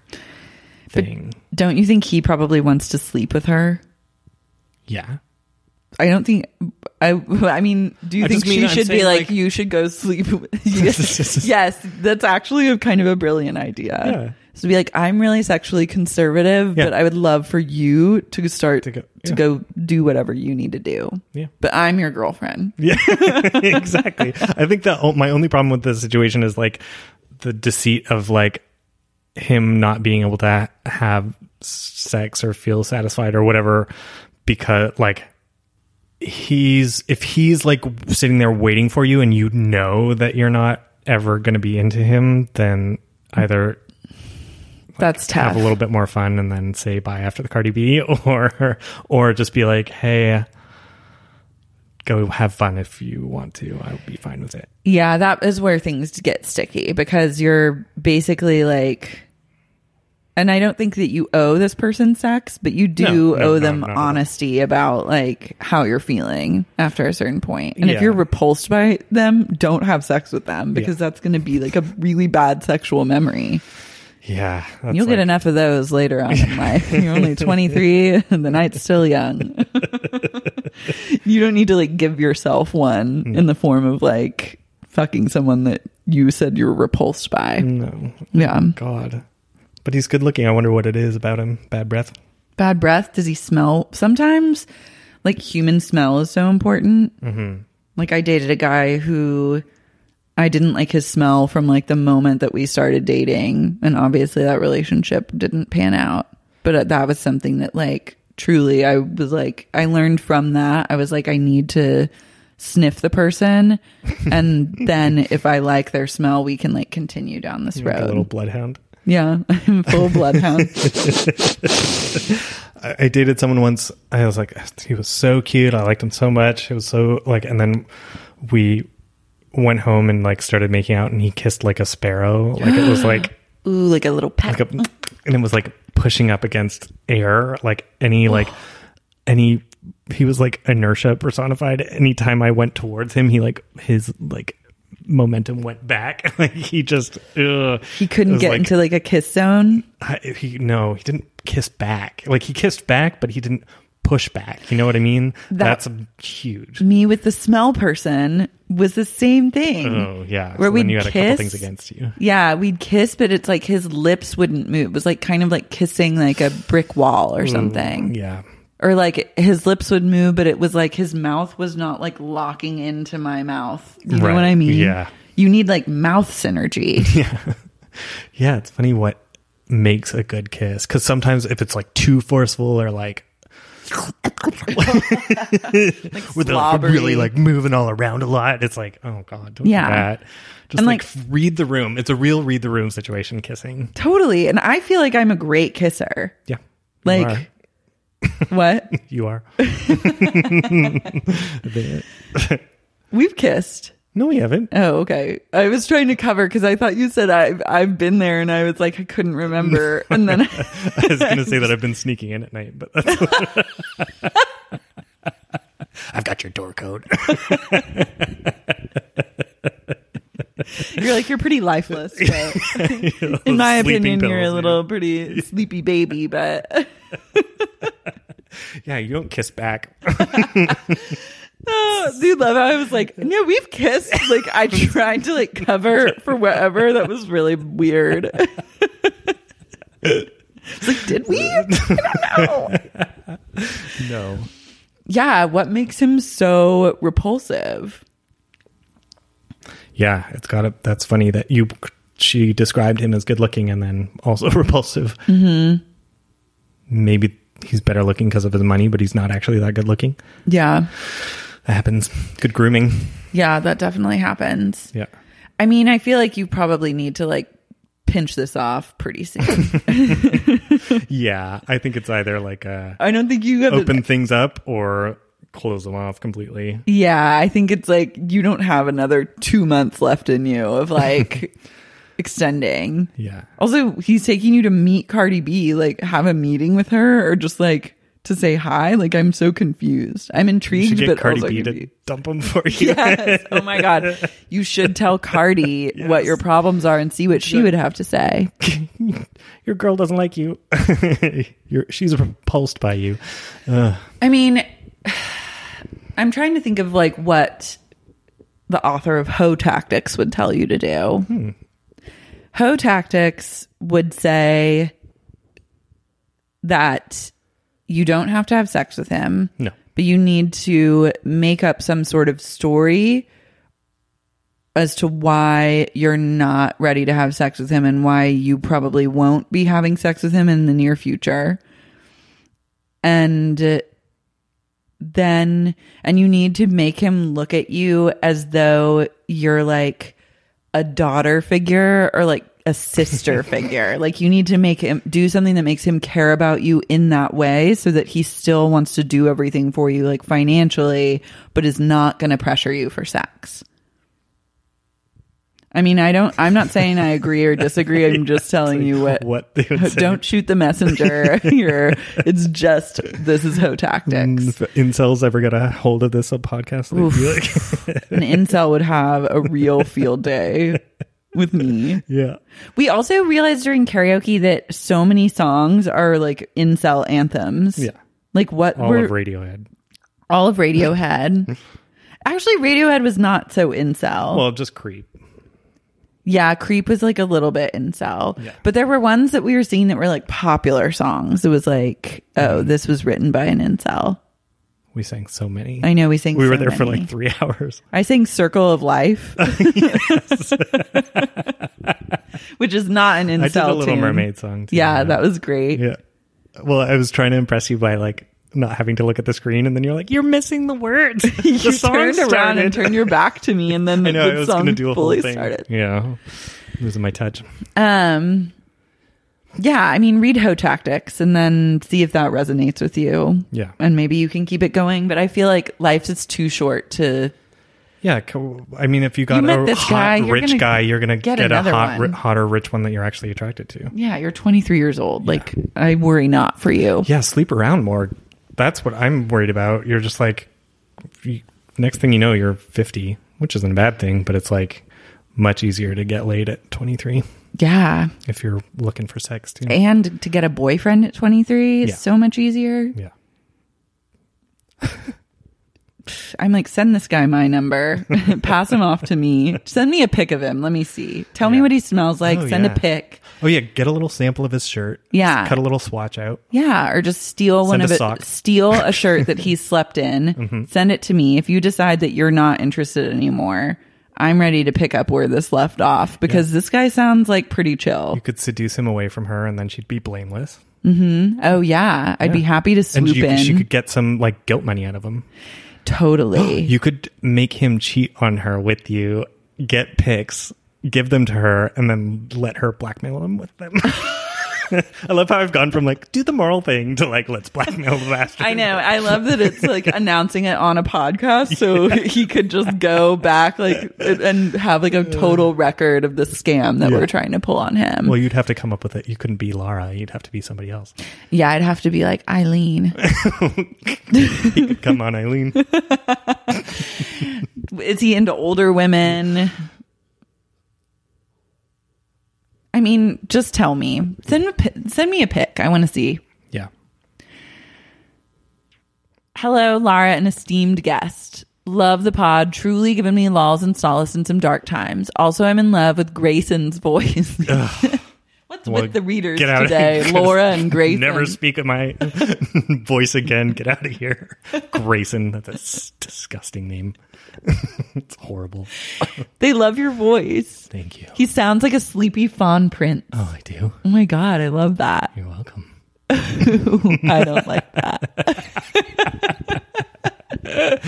thing. Don't you think he probably wants to sleep with her? yeah. I don't think I I mean, do you I think just mean she I'm should be saying, like, like- you should go sleep with yes, yes, that's actually a kind of a brilliant idea. Yeah. So be like, I'm really sexually conservative, Yeah. but I would love for you to start to go- go, yeah. do whatever you need to do. Yeah. But I'm your girlfriend. exactly. I think that o- my only problem with the situation is like the deceit of like him not being able to ha- have sex or feel satisfied or whatever because like he's if he's like sitting there waiting for you and you know that you're not ever going to be into him then either That's tough. have a little bit more fun and then say bye after the Cardi B or or just be like, hey, go have fun if you want to. I'll be fine with it. Yeah, that is where things get sticky because you're basically like, and I don't think that you owe this person sex, but you do No, no, owe no, them not at all. honesty about like how you're feeling after a certain point. And if Yeah. you're repulsed by them, don't have sex with them because that's going to be like a really bad sexual memory. Yeah. You'll get enough of those later on in life. You're only 23 and the night's still young. you don't need to like give yourself one in the form of like fucking someone that you said you were repulsed by. No. Yeah. oh, God. But he's good looking. I wonder what it is about him. Bad breath. Bad breath. Does he smell? Sometimes like human smell is so important. Mm-hmm. Like I dated a guy who I didn't like his smell from like the moment that we started dating, and obviously that relationship didn't pan out. But uh, that was something that like truly I was like I learned from that. I was like I need to sniff the person and then if I like their smell, we can like continue down this Like a road. little bloodhound. yeah, I'm full bloodhound. I, I dated someone once. I was like, he was so cute. I liked him so much. It was so like, and then we went home and like started making out and he kissed like a sparrow. Like it was like, Ooh, like a little pet. like a, and it was like pushing up against air like any like any he was like inertia personified anytime i went towards him he like his like momentum went back like he just ugh. He couldn't get into like a kiss zone. I, he no he didn't kiss back like he kissed back but he didn't push back you know what i mean That- that's huge Me with the smell person was the same thing. oh yeah Where so we'd then you had a couple kiss. things against you Yeah, we'd kiss, but it's like his lips wouldn't move. It was like kind of like kissing like a brick wall or something. Mm, yeah Or like his lips would move, but it was like his mouth was not like locking into my mouth. You know Right. what I mean? Yeah. You need like mouth synergy. Yeah, it's funny what makes a good kiss because sometimes if it's like too forceful or like, with the, like, slobbery. really like moving all around a lot, it's like oh god, don't Yeah. do that. Just And, like, like- f- read the room. It's a real read the room situation. Kissing, totally. And I feel like I'm a great kisser. yeah, you are. Like, what? you are. We've kissed. No, we haven't. Oh, okay. I was trying to cover because I thought you said I've I've been there, and I was like I couldn't remember, and then I was gonna say that I've been sneaking in at night, but that's I've got your door code. you're like you're pretty lifeless. But in my Sleeping opinion, you're a pills, little pretty sleepy baby. But Yeah, you don't kiss back. oh, dude, love. how I was like, no, we've kissed. Like I tried to like cover for whatever that was really weird. It's like, did we? I don't know. No. Yeah, what makes him so repulsive? Yeah, it's got to. That's funny that you c- she described him as good looking and then also repulsive. Mm-hmm. Maybe he's better looking because of his money, but he's not actually that good looking. Yeah. That happens. Good grooming. Yeah, that definitely happens. Yeah. I mean, I feel like you probably need to like pinch this off pretty soon. Yeah. I think it's either like uh, I don't think you have the- open things up or close them off completely. Yeah, I think it's like you don't have another two months left in you of like extending. Yeah. Also, he's taking you to meet Cardi B, like have a meeting with her, or just like to say hi. Like I'm so confused. I'm You intrigued, should get but Cardi also B to confused. dump him for you. Yes. Oh my god. You should tell Cardi what Yes. your problems are and see what she would have to say. Your girl doesn't like you. You're, she's repulsed by you. I mean, I'm trying to think of like what the author of Ho Tactics would tell you to do. Ho Tactics would say that you don't have to have sex with him. No. But you need to make up some sort of story as to why you're not ready to have sex with him and why you probably won't be having sex with him in the near future. And then and you need to make him look at you as though you're like a daughter figure or like a sister figure. Like you need to make him do something that makes him care about you in that way so that he still wants to do everything for you like financially but is not going to pressure you for sex. I mean, I don't I'm not saying I agree or disagree. I'm just telling you what What they would say. don't shoot the messenger. You're, it's just this is hoe tactics. If incels ever get a hold of this on podcast, they'd be like, an incel would have a real field day with me. yeah. We also realized during karaoke that so many songs are like incel anthems. Yeah. Like what All were of Radiohead. all of Radiohead. Actually, Radiohead was not so incel. Well, just creep. yeah, Creep was like a little bit incel. But there were ones that we were seeing that were like popular songs. It was like, oh, Mm-hmm. this was written by an incel. We sang so many. I know we sang we were so there for many. like three hours. I sing Circle of Life, which is not an incel. I did a Little tune. Mermaid song. Too, Yeah, that was great. Yeah. Well, I was trying to impress you by like not having to look at the screen, and then you're like, you're missing the words. You the song turned started. around and turned your back to me, and then I the, know the I was song going to do a whole fully thing. started. Yeah, losing my touch. Um, yeah, I mean, read Ho Tactics and then see if that resonates with you. Yeah. and maybe you can keep it going. But I feel like life's is too short to. Yeah, co- I mean, if you got met a this hot guy, you're rich gonna guy, you're gonna get get, a another hot, one. ri- hotter rich one that you're actually attracted to. Yeah, you're 23 years old. Like, I worry not for you. Yeah, sleep around more. That's what I'm worried about. You're just like, you- next thing you know, you're 50, which isn't a bad thing, but it's like much easier to get laid at 23 yeah. if you're looking for sex too. and to get a boyfriend at 23 is Yeah. so much easier. Yeah. I'm like, send this guy my number, pass him off to me, send me a pic of him. Let me see. Tell me what he smells like. Oh, send yeah. a pic. Oh yeah, get a little sample of his shirt. Yeah. Just cut a little swatch out. Yeah, or just steal one Send of a it. sock. Mm-hmm. Steal a shirt that he slept in. Send it to me. If you decide that you're not interested anymore, I'm ready to pick up where this left off because this guy sounds like pretty chill. You could seduce him away from her, and then she'd be blameless, Oh yeah, I'd be happy to and swoop you, in. she could get some like guilt money out of him. totally. You could make him cheat on her with you, get pics, give them to her, and then let her blackmail him with them. I love how I've gone from like do the moral thing to like let's blackmail the bastard. I know. I love that it's like announcing it on a podcast, so he could just go back like and have like a total record of the scam that we're trying to pull on him. Well, you'd have to come up with it. You couldn't be Lara. You'd have to be somebody else. yeah, I'd have to be like Eileen. You could come on, Eileen. Is he into older women? I mean, just tell me. Send a pi- send me a pic. I want to see. Yeah. Hello, Lara, an esteemed guest. Love the pod. Truly given me lols and solace in some dark times. Also, I'm in love with Grayson's voice. what What's with the readers get out of today, here, 'cause Laura and Grayson? Never speak of my voice again. Get out of here, Grayson. That's a s- disgusting name. it's horrible. They love your voice. Thank you. He sounds like a sleepy fawn prince. Oh, Oh, I do. my god, I love that. You're welcome. I don't like that.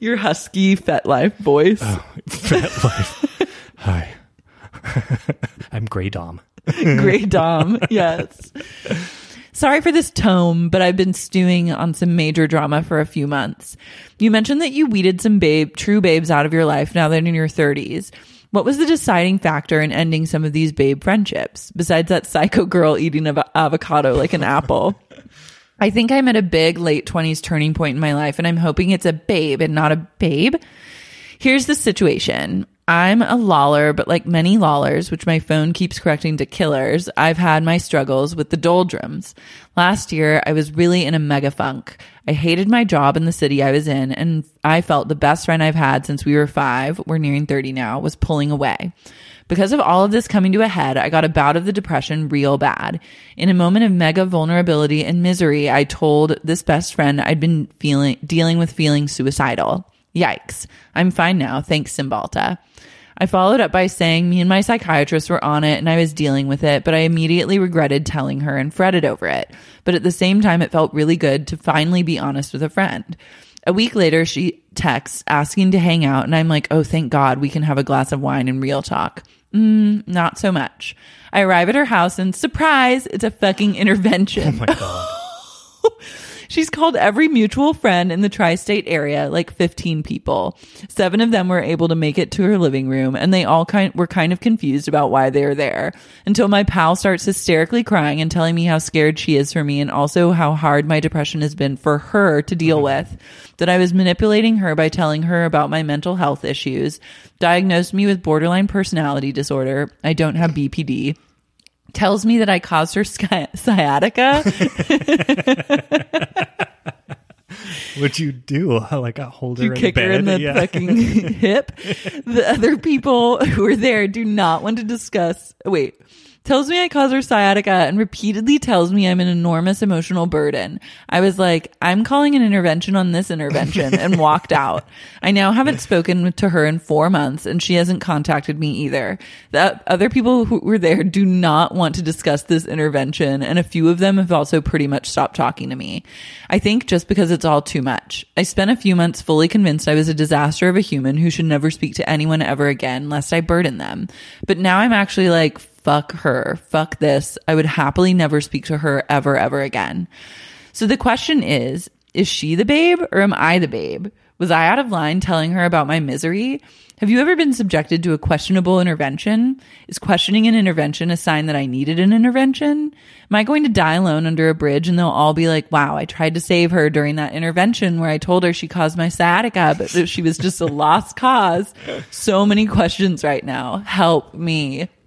your husky FetLife voice. Fat life. Hi. I'm Gray Dom. Gray Dom. Yes. Sorry for this tome, but I've been stewing on some major drama for a few months. You mentioned that you weeded some babe, true babes out of your life now that in your 30s. What was the deciding factor in ending some of these babe friendships, besides that psycho girl eating an avocado like an apple? I think I'm at a big late 20s turning point in my life, and I'm hoping it's a babe and not a babe. Here's the situation. I'm a loller, but like many lollers, which my phone keeps correcting to killers, I've had my struggles with the doldrums. Last year, I was really in a mega funk. I hated my job in the city I was in, and I felt the best friend I've had since we were five, we're nearing 30 now, was pulling away. Because of all of this coming to a head, I got a bout of the depression real bad. In a moment of mega vulnerability and misery, I told this best friend I'd been feeling, dealing with feeling suicidal. Yikes. I'm fine now. Thanks, Cymbalta. I followed up by saying me and my psychiatrist were on it and I was dealing with it, but I immediately regretted telling her and fretted over it. But at the same time, it felt really good to finally be honest with a friend. A week later, she texts asking to hang out, and I'm like, oh, thank God we can have a glass of wine and real talk. Mm, not so much. I arrive at her house and surprise, it's a fucking intervention. My God. She's called every mutual friend in the tri state area, like 15 people. Seven of them were able to make it to her living room, and they all kind, were kind of confused about why they were there until my pal starts hysterically crying and telling me how scared she is for me and also how hard my depression has been for her to deal with. That I was manipulating her by telling her about my mental health issues, diagnosed me with borderline personality disorder. I don't have BPD. Tells me that I caused her sci- sciatica What'd you do? I like got hold her you in kick bed. her in the yeah. fucking hip. The other people who are there do not want to discuss. Wait. Tells me I caused her sciatica and repeatedly tells me I'm an enormous emotional burden. I was like, I'm calling an intervention on this intervention and walked out. I now haven't spoken to her in four months and she hasn't contacted me either. The other people who were there do not want to discuss this intervention and a few of them have also pretty much stopped talking to me. I think just because it's all too much. I spent a few months fully convinced I was a disaster of a human who should never speak to anyone ever again lest I burden them. But now I'm actually like, fuck her, fuck this. I would happily never speak to her ever, ever again. So the question is Is she the babe or am I the babe? Was I out of line telling her about my misery? Have you ever been subjected to a questionable intervention? Is questioning an intervention a sign that I needed an intervention? Am I going to die alone under a bridge and they'll all be like, wow, I tried to save her during that intervention where I told her she caused my sciatica, but that she was just a lost cause? So many questions right now. Help me.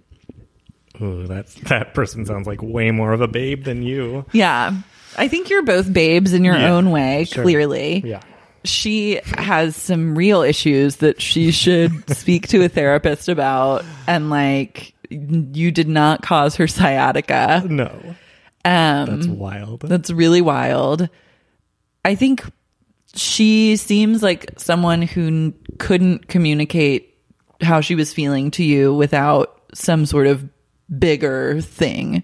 Ooh, that's, that person sounds like way more of a babe than you. Yeah. I think you're both babes in your Yeah, own way, clearly. Yeah. She has some real issues that she should speak to a therapist about. And like, you did not cause her sciatica. No. Um, It's wild. that's really wild. I think she seems like someone who n- couldn't communicate how she was feeling to you without some sort of bigger thing.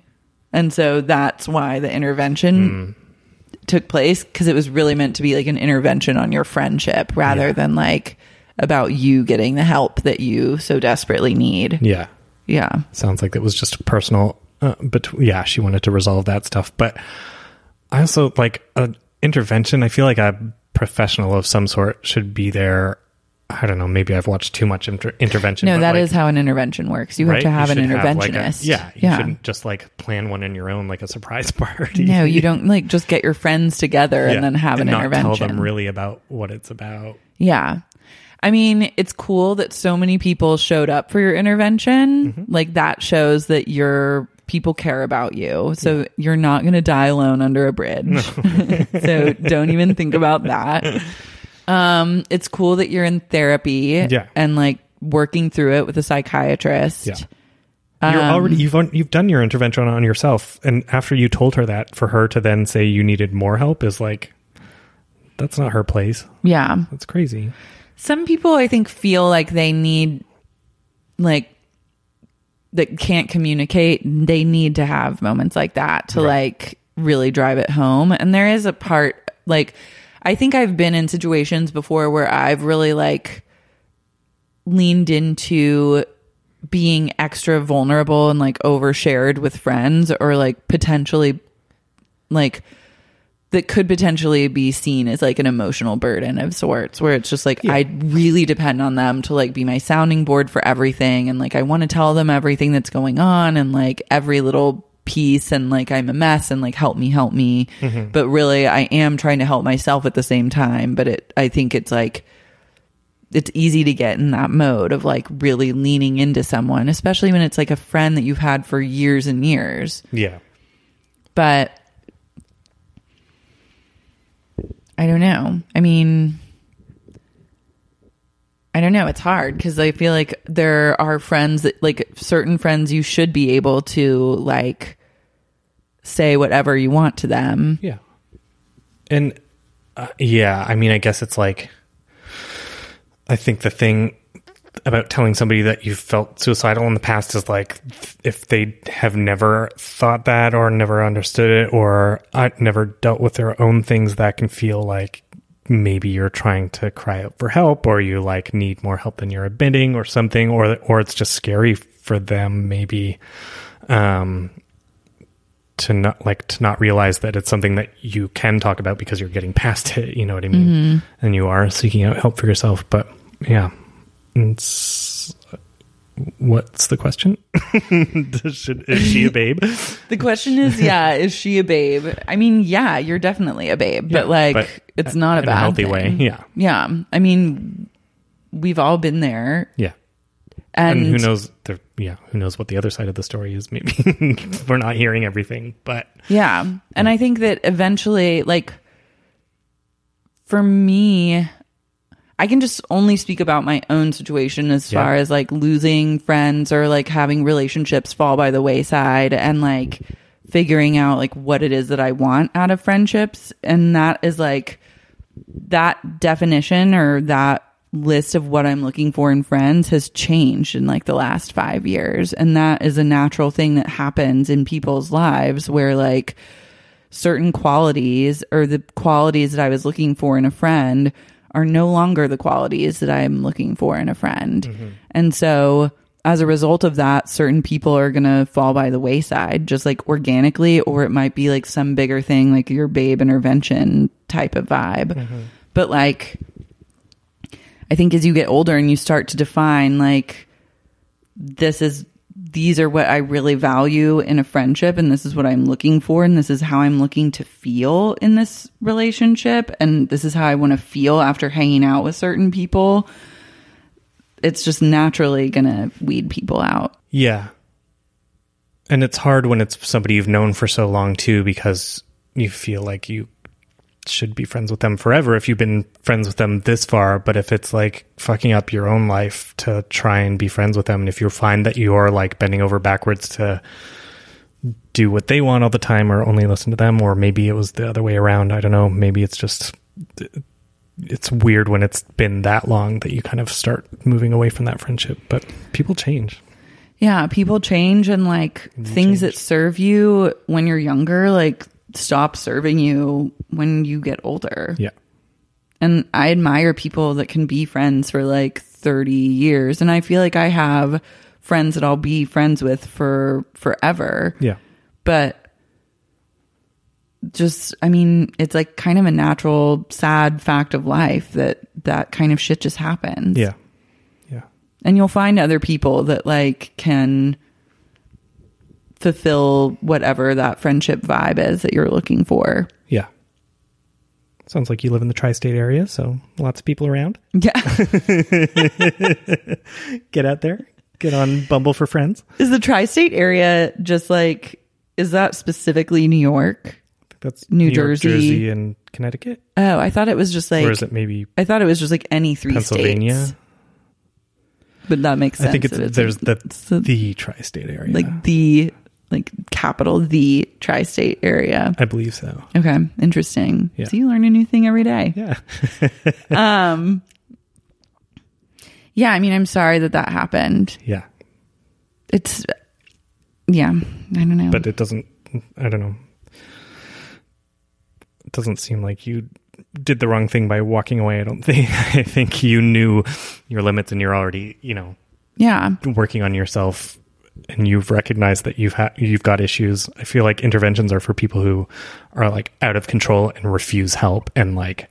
And so that's why the Hmm. intervention took place because it was really meant to be like an intervention on your friendship rather than like about you getting the help that you so desperately need. yeah. Yeah. Sounds like it was just a personal, uh, but yeah, she wanted to resolve that stuff. But I also like an intervention. I feel like a professional of some sort should be there. I don't know. Maybe I've watched too much inter- intervention. No, but, that is like, how an intervention works. You have right? to have You an should like, interventionist. a- yeah. You shouldn't just like plan one in your own, like a surprise party. No, you don't like just get your friends together Yeah, and then have an not intervention. Tell them really about what it's about. yeah. I mean, it's cool that so many people showed up for your intervention. Mm-hmm. Like that shows that your people care about you. So you're not going to die alone under a bridge. so don't even think about that. Um, it's cool that you're in therapy Yeah. and like working through it with a psychiatrist. Yeah. You're already Um, you've un- you've done your intervention on yourself, and after you told her that, for her to then say you needed more help is like, that's not her place. Yeah. That's crazy. Some people I think feel like they need like that can't communicate, they need to have moments like that to like really drive it home. And there is a part like I think I've been in situations before where I've really like leaned into being extra vulnerable and like overshared with friends or like potentially like that could potentially be seen as like an emotional burden of sorts where it's just like i really depend on them to like be my sounding board for everything and like i want to tell them everything that's going on and like every little piece and like i'm a mess and like help me help me but really i am trying to help myself at the same time but it i think it's like it's easy to get in that mode of like really leaning into someone especially when it's like a friend that you've had for years and years Yeah. but I don't know. I mean, I don't know. It's hard because I feel like there are friends that, like, certain friends you should be able to, like, say whatever you want to them. Yeah. And uh, yeah, I mean, I guess it's like, I think the thing about telling somebody that you felt suicidal in the past is like, if they have never thought that or never understood it or uh, never dealt with their own things, that can feel like maybe you're trying to cry out for help or you like need more help than you're admitting or something or or it's just scary for them maybe um to not like to not realize that it's something that you can talk about because you're getting past it you know what i mean Mm-hmm. and you are seeking out help for yourself but yeah it's what's the question Should, is she a babe The question is, yeah, is she a babe? I mean, yeah, you're definitely a babe, but, like, but it's not a in bad a healthy thing. way yeah Yeah. I mean, we've all been there. yeah And, and, who knows there yeah who knows what the other side of the story is maybe we're not hearing everything but Yeah. And I think that eventually, like, for me, I can just only speak about my own situation as Yeah. far as like losing friends or like having relationships fall by the wayside and like figuring out like what it is that I want out of friendships. And that is like that definition or that list of what I'm looking for in friends has changed in like the last five years. And that is a natural thing that happens in people's lives where like certain qualities or the qualities that I was looking for in a friend are no longer the qualities that I'm looking for in a friend. And so as a result of that, certain people are going to fall by the wayside, just like organically, or it might be like some bigger thing, like your babe intervention type of vibe. But like, I think as you get older and you start to define, like, this is these are what I really value in a friendship and this is what I'm looking for and this is how I'm looking to feel in this relationship and this is how I want to feel after hanging out with certain people it's just naturally going to weed people out Yeah. And it's hard when it's somebody you've known for so long too because you feel like you should be friends with them forever if you've been friends with them this far, but if it's like fucking up your own life to try and be friends with them and if you find that you're like bending over backwards to do what they want all the time or only listen to them or maybe it was the other way around, I don't know, maybe it's just it's weird when it's been that long that you kind of start moving away from that friendship, but people change. yeah people change and like things that serve you when you're younger like stop serving you when you get older Yeah. and I admire people that can be friends for like 30 years and I feel like I have friends that I'll be friends with for forever Yeah. but just I mean it's like kind of a natural sad fact of life that that kind of shit just happens Yeah. Yeah. and you'll find other people that like can fulfill whatever that friendship vibe is that you're looking for Yeah. Sounds like you live in the tri state area, so lots of people around. yeah Get out there. Get on Bumble for Friends. I Is the tri-state area just like is that specifically New York? think that's New York, Jersey. Jersey, and Connecticut. Oh, I thought it was just like or is it maybe I thought it was just like any three Pennsylvania? states. but that makes sense. I think it's, if there's the a- the tri-state area. like the like capital the tri-state area. I believe so. Okay, interesting. Yeah. So you learn a new thing every day. Um, Yeah. Yeah, I mean, I'm sorry that that happened. Yeah. It's yeah, I don't know. But it doesn't I don't know. It doesn't seem like you did the wrong thing by walking away, I don't think. I think you knew your limits and you're already, you know, yeah, working on yourself and you've recognized that you've ha- you've got issues. I feel like interventions are for people who are like out of control and refuse help and like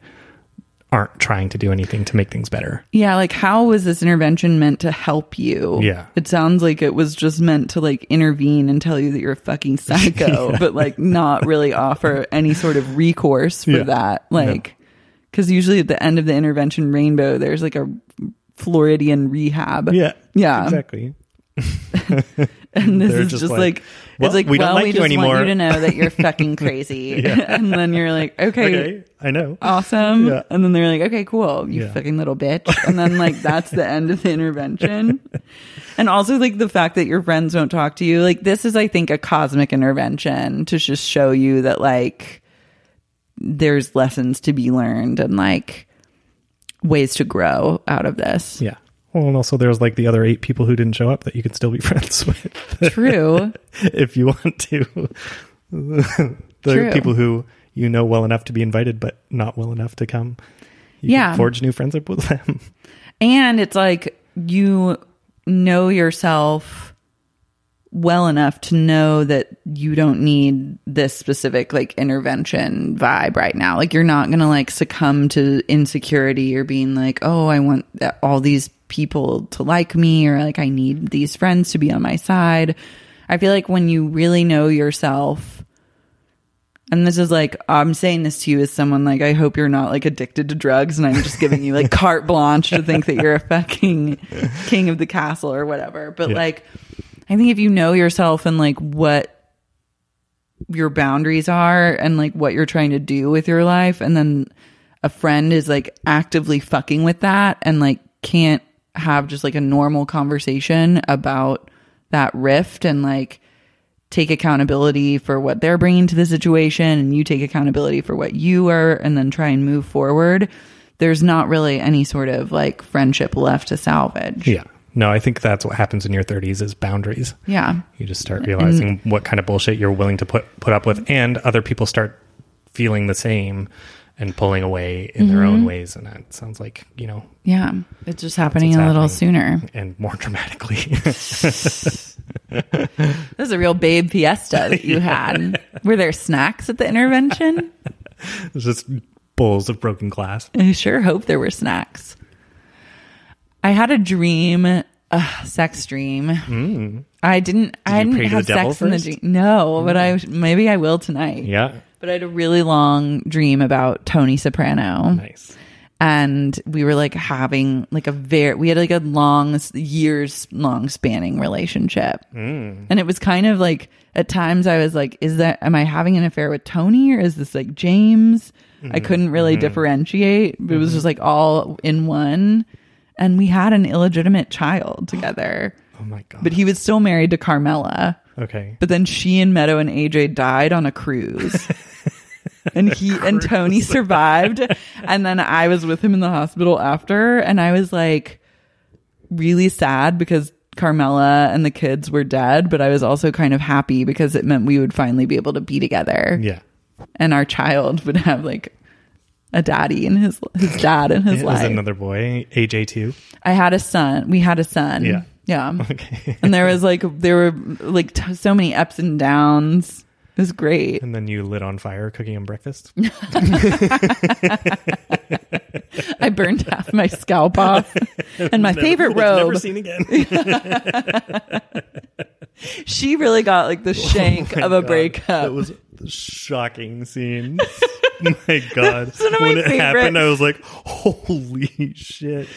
aren't trying to do anything to make things better. yeah, like how was this intervention meant to help you? Yeah. it sounds like it was just meant to like intervene and tell you that you're a fucking psycho, but like not really offer any sort of recourse for Yeah. that. Like, because usually at the end of the intervention rainbow, there's like a Floridian rehab. yeah, Exactly. And this They're is just just, like, like, "Well, it's like we we don't well like we you just anymore." want you to know that you're fucking crazy, and then you're like okay, Okay, I know. awesome, Yeah. and then they're like okay cool you Yeah. fucking little bitch, and then like that's the end of the intervention, and also like the fact that your friends won't talk to you like this is I think a cosmic intervention to just show you that like there's lessons to be learned and like ways to grow out of this. Yeah. Well, and also there's like the other eight people who didn't show up that you could still be friends with True. if you want to. there True. are people who you know well enough to be invited, but not well enough to come. You Yeah. Can forge new friendship with them. And it's like you know yourself well enough to know that you don't need this specific like intervention vibe right now. Like you're not going to like succumb to insecurity or being like, "Oh, I want that, all these people to like me or like I need these friends to be on my side." I feel like when you really know yourself and this is like I'm saying this to you as someone like I hope you're not like addicted to drugs and I'm just giving you like carte blanche to think that you're a fucking king of the castle or whatever. But Yeah. like I think if you know yourself and like what your boundaries are and like what you're trying to do with your life and then a friend is like actively fucking with that and like can't have just like a normal conversation about that rift and like take accountability for what they're bringing to the situation and you take accountability for what you are and then try and move forward there's not really any sort of like friendship left to salvage Yeah. No, I think that's what happens in your 30s is boundaries. yeah You just start realizing what kind of bullshit you're willing to put put up with and other people start feeling the same and pulling away in their Mm-hmm. own ways and that sounds like, you know, yeah it's just happening what's a little happening. sooner and more dramatically. This is a real babe fiesta that you had. Were there snacks at the intervention? it's just bowls of broken glass. I sure hope there were snacks. I had a dream, a sex dream. I didn't. I Hmm. you didn't pray to have the devil sex in the first? Hmm. dream. No, but I maybe I will tonight. Yeah. But I had a really long dream about Tony Soprano. Nice. and we were like having like a very we had like a long years long spanning relationship and it was kind of like at times i was like is that am i having an affair with tony or is this like james i couldn't really differentiate it was just like all in one and we had an illegitimate child together Oh my god. but he was still married to carmela okay. but then she and Meadow and AJ died on a cruise. and he and Tony survived. And then I was with him in the hospital after and I was like really sad because Carmela and the kids were dead, but I was also kind of happy because it meant we would finally be able to be together yeah. and our child would have like a daddy and his his dad in his It was life. another boy, AJ too. I had a son. We had a son. Yeah. Yeah. Okay. and there was like there were like t- so many ups and downs. It was great. And then you lit on fire cooking him breakfast. I burned half my scalp off, and my favorite robe. Never seen again. she really got like the shank of a breakup. Oh That was a shocking scene. my god. one of my when it favorite- happened, I was like, holy shit.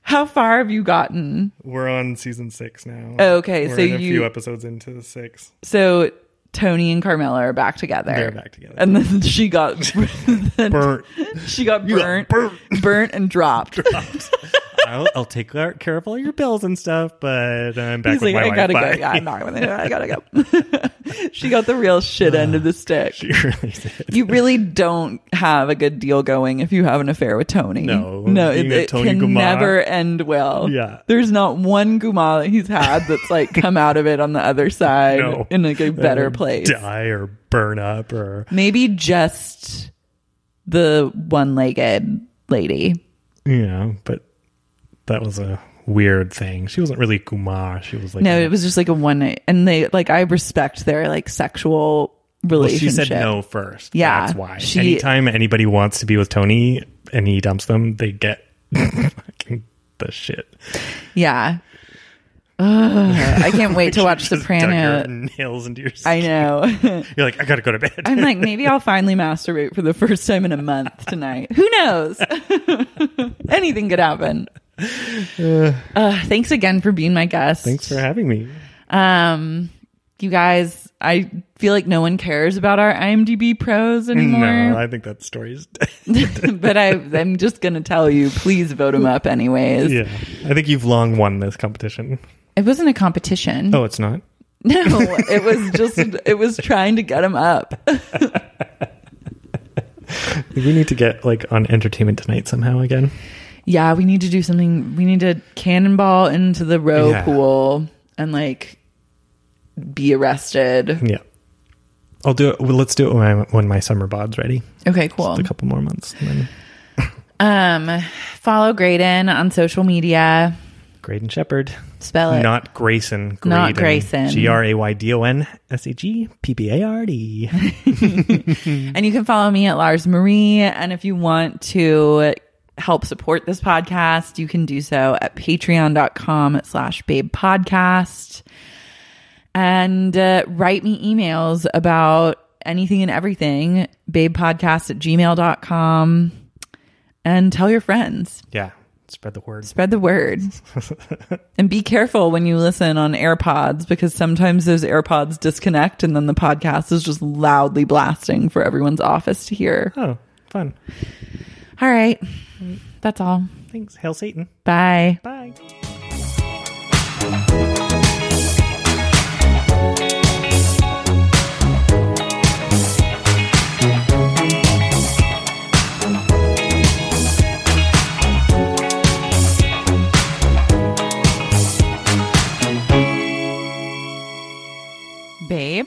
How far have you gotten? We're on season six now. Oh, Okay, We're so in a you- few episodes into six. So Tony and Carmela are back together. They're back together. And then she got Burnt. she got You got burnt, burnt. burnt and dropped. I I'll, I'll take care care of all your bills and stuff, but I'm back He's with like, my I wife. gotta Bye." go. Yeah, I'm not with it. I gotta go. she got the real shit end of the stick. She really did. you really don't have a good deal going if you have an affair with Tony. No. no, You it, know it Tony can Guma. never end well. Yeah. there's not one Guma that he's had that's like come out of it on the other side No. in like a better Or place. Die or burn up or Maybe just the one-legged lady. you know, but that was a weird thing. She wasn't really Kumar. She was like No, it was just like a one night, and they like I respect their like sexual Well, relationship. she said no first. Yeah, That's why. she- Anytime anybody wants to be with Tony and he dumps them, they get fucking the shit. Yeah. Ugh, I can't wait to watch Just dug Soprano. your nails into your skin. I know. You're like, I gotta go to bed. I'm like, maybe I'll finally masturbate for the first time in a month tonight. Who knows? Anything could happen. Uh, thanks again for being my guest. Thanks for having me. Um, you guys, I feel like no one cares about our IMDb pros No, anymore, I think that story's dead. but I, I'm just gonna tell you, please vote them up anyways. yeah. I think you've long won this competition. It wasn't a competition. Oh, it's not? No, it was just it was trying to get them up. I think we need to get like on entertainment tonight somehow again. yeah, we need to do something. We need to cannonball into the row Yeah. pool and like be arrested. Yeah. I'll do it. Well, let's do it when, I, when my summer bod's ready. Okay, cool. Just a couple more months. And then Um, follow Graydon on social media. Graydon Shepherd. Spell it. Not Grayson. Graydon. Not Grayson. G R A Y D O N S H E P P A R D. And you can follow me at Lars Marie. And if you want to help support this podcast, you can do so at patreon.com slash babe podcast. And uh, write me emails about anything and everything, babepodcast at gmail.com. And tell your friends, Yeah. Spread the word. spread the word. and be careful when you listen on AirPods because sometimes those AirPods disconnect and then the podcast is just loudly blasting for everyone's office to hear. Oh, fun. All right. That's all. Thanks. Hail Satan. Bye. Bye. Babe?